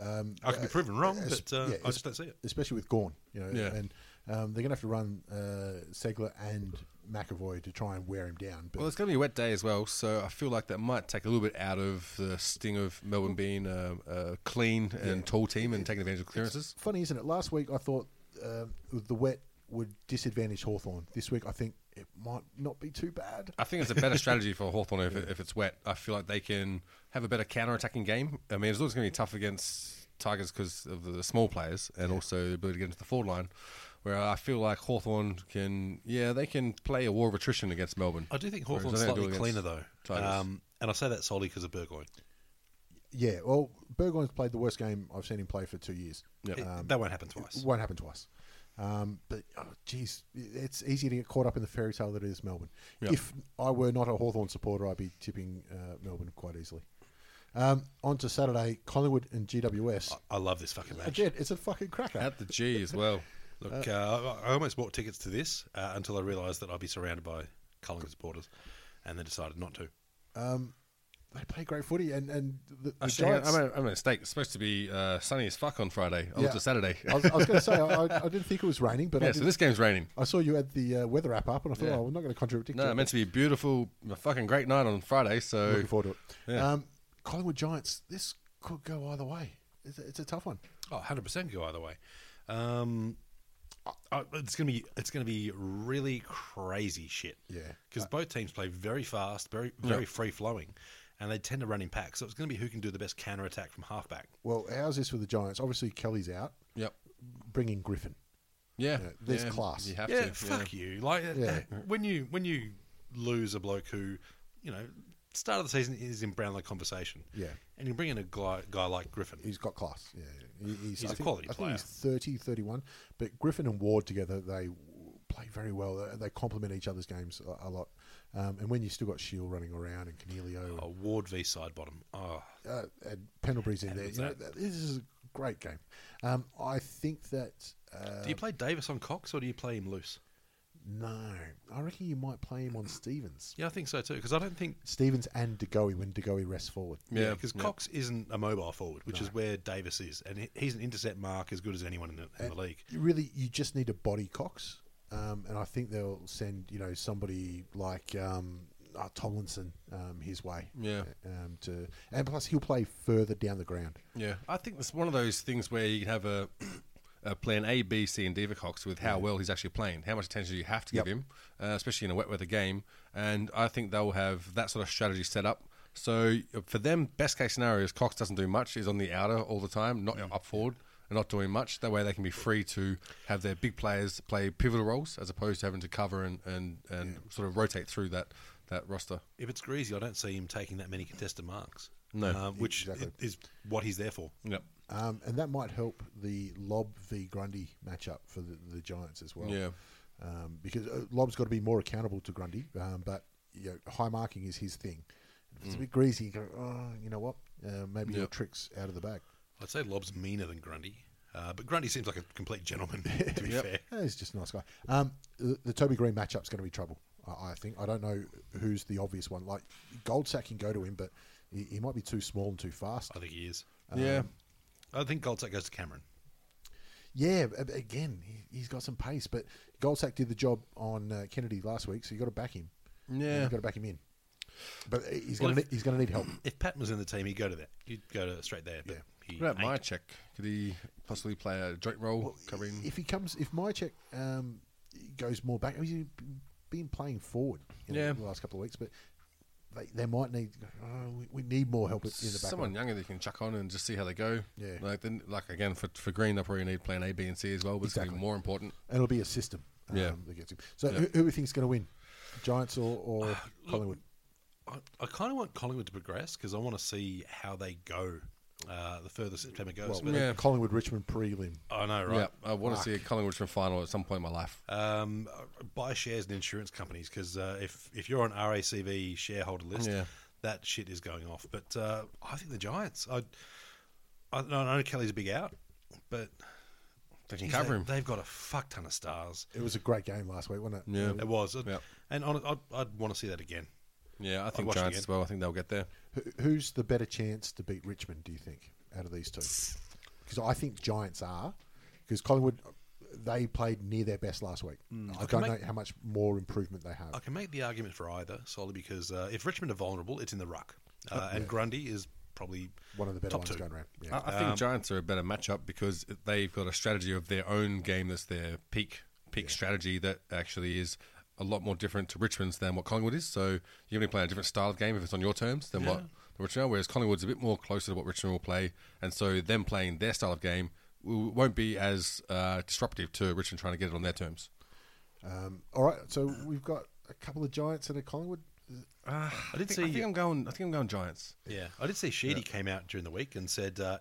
Speaker 3: I could be proven wrong,
Speaker 1: es-
Speaker 3: but Um, uh,
Speaker 1: yeah,
Speaker 3: I
Speaker 1: es-
Speaker 3: just don't see it.
Speaker 1: especially with Gorn. You know,
Speaker 2: Yeah.
Speaker 1: and um, they're going to have to run uh, Segler and McAvoy to try and wear him down. But
Speaker 2: Well, it's going to be a wet day as well, so I feel like that might take a little bit out of the sting of Melbourne being a, a clean and tall team and taking advantage of clearances.
Speaker 1: funny, isn't it? Last week I thought um, the wet would disadvantage Hawthorn. This week I think it might not be too bad.
Speaker 2: I think it's a better strategy for Hawthorn if, it- if it's wet. I feel like they can have a better counter-attacking game. I mean, it's always going to be tough against Tigers because of the small players and also the ability to get into the forward line, where I feel like Hawthorn can, yeah, they can play a war of attrition against Melbourne.
Speaker 3: I do think
Speaker 2: Whereas
Speaker 3: Hawthorn's
Speaker 2: they don't do
Speaker 3: slightly
Speaker 2: against
Speaker 3: cleaner, though.
Speaker 2: Tigers.
Speaker 3: Um, and I say that solely because of Burgoyne.
Speaker 1: Yeah. Well, Burgoyne's played the worst game I've seen him play for two years. Um,
Speaker 2: Yep.
Speaker 3: It- that won't happen twice.
Speaker 1: It won't happen twice. Um, but oh, geez, it's easy to get caught up in the fairy tale that is Melbourne.
Speaker 2: Yep.
Speaker 1: If I were not a Hawthorn supporter, I'd be tipping uh, Melbourne quite easily. Um, on to Saturday, Collingwood and GWS.
Speaker 3: I love this fucking match.
Speaker 1: Again, it's a fucking cracker.
Speaker 2: At the G as well.
Speaker 3: Look, uh, I I almost bought tickets to this uh, until I realised that I'd be surrounded by Collingwood supporters and then decided not to.
Speaker 1: they play great footy, and and the, the
Speaker 2: Actually,
Speaker 1: Giants.
Speaker 2: I'm, a, I'm a mistake. It's supposed to be uh, sunny as fuck on Friday. I
Speaker 1: Yeah.
Speaker 2: looked at Saturday.
Speaker 1: I was, I was going to say I, I I didn't think it was raining, but I,
Speaker 2: yeah,
Speaker 1: did,
Speaker 2: so this game's raining.
Speaker 1: I saw you had the uh, weather app up, and I thought,
Speaker 2: Yeah.
Speaker 1: oh, I'm not going to contradict
Speaker 2: No,
Speaker 1: you.
Speaker 2: it meant to be a beautiful, a fucking great night on Friday. So
Speaker 1: Looking forward to it. Um, Collingwood Giants, this could go either way. It's a, it's a tough one.
Speaker 3: Oh, 100% go either way. Um, uh, it's gonna be it's gonna be really crazy shit.
Speaker 1: Yeah. Uh,
Speaker 3: because both teams play very fast, very very free flowing, and they tend to run in packs. So it's gonna be who can do the best counter attack from halfback.
Speaker 1: Well, how's this with the Giants? Obviously, Kelly's out.
Speaker 2: Yep.
Speaker 1: Bringing Griffin.
Speaker 2: Yeah.
Speaker 1: Yeah, there's class.
Speaker 2: You have
Speaker 3: yeah,
Speaker 2: to.
Speaker 3: fuck you. Like eh,
Speaker 1: Yeah.
Speaker 3: when you when you lose a bloke who, you know, start of the season is in Brownlow conversation.
Speaker 1: Yeah.
Speaker 3: and you bring in a guy, guy like Griffin.
Speaker 1: He's got class. Yeah, yeah. He- he's,
Speaker 3: He's
Speaker 1: I
Speaker 3: a
Speaker 1: think-
Speaker 3: quality
Speaker 1: I think he's
Speaker 3: player.
Speaker 1: 30, 31. But Griffin and Ward together, they w- play very well. They- They complement each other's games a, a lot. Um, and when you still got Shield running around and Canelio
Speaker 3: oh, Ward v side bottom. Oh,
Speaker 1: uh, and Pendlebury's in there, you know, th- this is a great game. Um, I think that uh,
Speaker 3: do you play Davis on Cox or do you play him loose?
Speaker 1: no, I reckon you might play him on Stevens,
Speaker 3: Yeah, I think so too. Because I don't think
Speaker 1: Stevens and Degoe when Degoe rests forward.
Speaker 3: Yeah, because Cox isn't a mobile forward, which is where Davis is, and he- he's an intercept mark as good as anyone in the, in the league.
Speaker 1: You really, you just need a body Cox, um, and I think they'll send you know somebody like um, uh, Tomlinson um, his way.
Speaker 2: Yeah.
Speaker 1: um, to and plus he'll play further down the ground.
Speaker 2: Yeah, I think it's one of those things where you can have a, a plan A, B, C, and D for Cox with how well he's actually playing, how much attention you have to give him, uh, especially in a wet weather game. And I think they'll have that sort of strategy set up. So uh, for them, best case scenario is Cox doesn't do much, is on the outer all the time, not up forward. And not doing much. That way, they can be free to have their big players play pivotal roles, as opposed to having to cover and and, and sort of rotate through that that roster.
Speaker 3: If it's greasy, I don't see him taking that many contested marks.
Speaker 2: No.
Speaker 3: um, which i- is what he's there for.
Speaker 2: Yep.
Speaker 1: Um, and that might help the Lob v Grundy matchup for the, the Giants as well.
Speaker 2: Yeah.
Speaker 1: Um, because uh, Lob's got to be more accountable to Grundy, um, but you know, high marking is his thing. If it's a bit greasy, you go, oh, you know what? Uh, maybe your trick's out of the bag.
Speaker 3: I'd say Lob's meaner than Grundy, uh, but Grundy seems like a complete gentleman. To be fair,
Speaker 1: Eh, He's just a nice guy. Um, the, the Toby Green matchup's going to be trouble, I, I think. I don't know who's the obvious one. Like, Goldsack can go to him, but he, he might be too small and too fast.
Speaker 3: I think he is.
Speaker 2: yeah.
Speaker 3: I think Goldsack goes to Cameron.
Speaker 1: Yeah, a- again, he, he's got some pace, but Goldsack did the job on uh, Kennedy last week, so you got to back him.
Speaker 2: Yeah.
Speaker 1: you got to back him in. But uh, he's
Speaker 3: Well,
Speaker 1: going to
Speaker 3: if-
Speaker 1: he's going to need help.
Speaker 3: If Patton was in the team, he'd go to that. He'd go to straight there. But he
Speaker 2: What about
Speaker 3: ain't.
Speaker 2: my check? Could he possibly play a joint role covering?
Speaker 1: If he comes, if my check um, goes more back, he's been playing forward in
Speaker 2: Yeah.
Speaker 1: the last couple of weeks, but they, they might need oh, we, we need more help in the back. line.
Speaker 2: someone younger they can chuck on and just see how they go.
Speaker 1: Yeah.
Speaker 2: Like then, like again for for Green, they'll probably need plan A, B, and C as well, but it's going to
Speaker 1: Exactly.
Speaker 2: be more important.
Speaker 1: And it'll be a system. Um,
Speaker 2: Yeah.
Speaker 1: that gets him. So who, who do we think's going to win, Giants or, or Collingwood?
Speaker 3: I, I kind of want Collingwood to progress because I want to see how they go uh, the further September goes.
Speaker 1: Well,
Speaker 3: but
Speaker 2: yeah.
Speaker 1: Collingwood Richmond prelim.
Speaker 3: I know, right?
Speaker 2: Yeah, I want to see a Collingwood from final at some point in my life.
Speaker 3: Um, buy shares in insurance companies because uh, if if you're on RACV shareholder list,
Speaker 2: Yeah.
Speaker 3: that shit is going off. But uh, I think the Giants. I I, I know Kelly's a big out, but
Speaker 2: They can
Speaker 3: geez,
Speaker 2: cover
Speaker 3: they,
Speaker 2: him.
Speaker 3: They've got a fuck ton of stars.
Speaker 1: It was a great game last week, wasn't it?
Speaker 2: yeah,
Speaker 3: It was,
Speaker 2: Yeah.
Speaker 3: and on, I'd, I'd want to see that again.
Speaker 2: yeah. I think
Speaker 3: watch it
Speaker 2: Giants
Speaker 3: again.
Speaker 2: as well. I think they'll get there.
Speaker 1: Who- Who's the better chance to beat Richmond? Do you think out of these two? Because I think Giants are. Because Collingwood, they played near their best last week.
Speaker 3: Hmm.
Speaker 1: I don't know how much more improvement they have.
Speaker 3: I can make the argument for either solely because uh, if Richmond are vulnerable, it's in the ruck, uh, and Grundy is probably
Speaker 1: One of the better
Speaker 3: top
Speaker 1: ones
Speaker 3: two. Ah.
Speaker 1: going around. Yeah.
Speaker 2: I, I
Speaker 3: Um,
Speaker 2: think Giants are a better matchup because they've got a strategy of their own game that's their peak peak strategy that actually is a lot more different to Richmond's than what Collingwood is. So you're going to be playing a different style of game if it's on your terms than what the Richmond are. Whereas Collingwood's a bit more closer to what Richmond will play, and so them playing their style of game w- won't be as uh, disruptive to Richmond trying to get it on their terms.
Speaker 1: Um, all right, so we've got a couple of Giants and a Collingwood.
Speaker 3: I did
Speaker 2: I think,
Speaker 3: see.
Speaker 2: I think I'm going. I think I'm going Giants.
Speaker 3: Yeah, I did see Sheedy came out during the week and said, uh,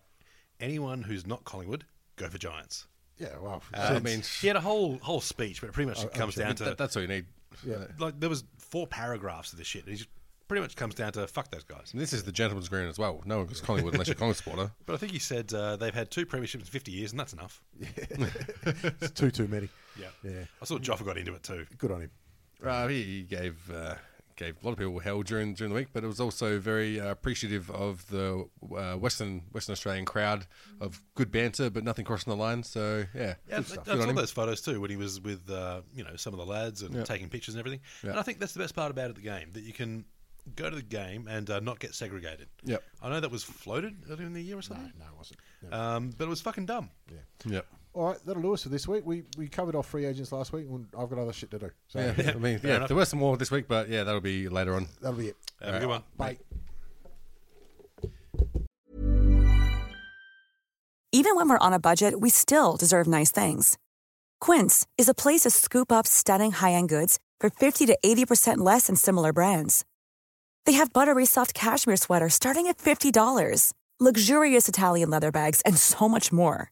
Speaker 3: anyone who's not Collingwood, go for Giants.
Speaker 1: Yeah, wow.
Speaker 2: I mean,
Speaker 3: He had a whole whole speech, but it pretty much comes down to
Speaker 2: that, that's all you need. Uh,
Speaker 3: like there was four paragraphs of this shit. And he just pretty much comes down to fuck those guys.
Speaker 2: and this is the gentleman's green as well. No one goes Collingwood unless you're a Collingwood supporter.
Speaker 3: But I think he said uh, they've had two premierships in 50 years, and that's enough.
Speaker 1: it's two too many.
Speaker 3: Yeah,
Speaker 1: Yeah.
Speaker 3: I saw Joffa got into it too.
Speaker 1: Good on him.
Speaker 2: Uh, he he gave uh, gave a lot of people hell during during the week, but it was also very uh, appreciative of the uh, Western Western Australian crowd of good banter, but nothing crossing the line. So yeah,
Speaker 3: Yeah, I I saw those photos too when he was with uh, you know some of the lads and taking pictures and everything. And I think that's the best part about it, the game that you can go to the game and uh, not get segregated.
Speaker 2: Yep.
Speaker 3: I know that was floated earlier in the year or something.
Speaker 1: No, it wasn't.
Speaker 3: Um, but it was fucking dumb.
Speaker 2: Yep.
Speaker 1: All right, that'll do us for this week. We we covered off free agents last week, and I've got other shit to do. So
Speaker 2: Yeah, I mean, yeah, there were some more this week, but yeah, that'll be later on.
Speaker 1: that'll be it.
Speaker 3: Have a good one.
Speaker 1: Bye.
Speaker 4: Even when we're on a budget, we still deserve nice things. Quince is a place to scoop up stunning high end goods for 50 to 80% less than similar brands. They have buttery soft cashmere sweaters starting at $50, luxurious Italian leather bags, and so much more.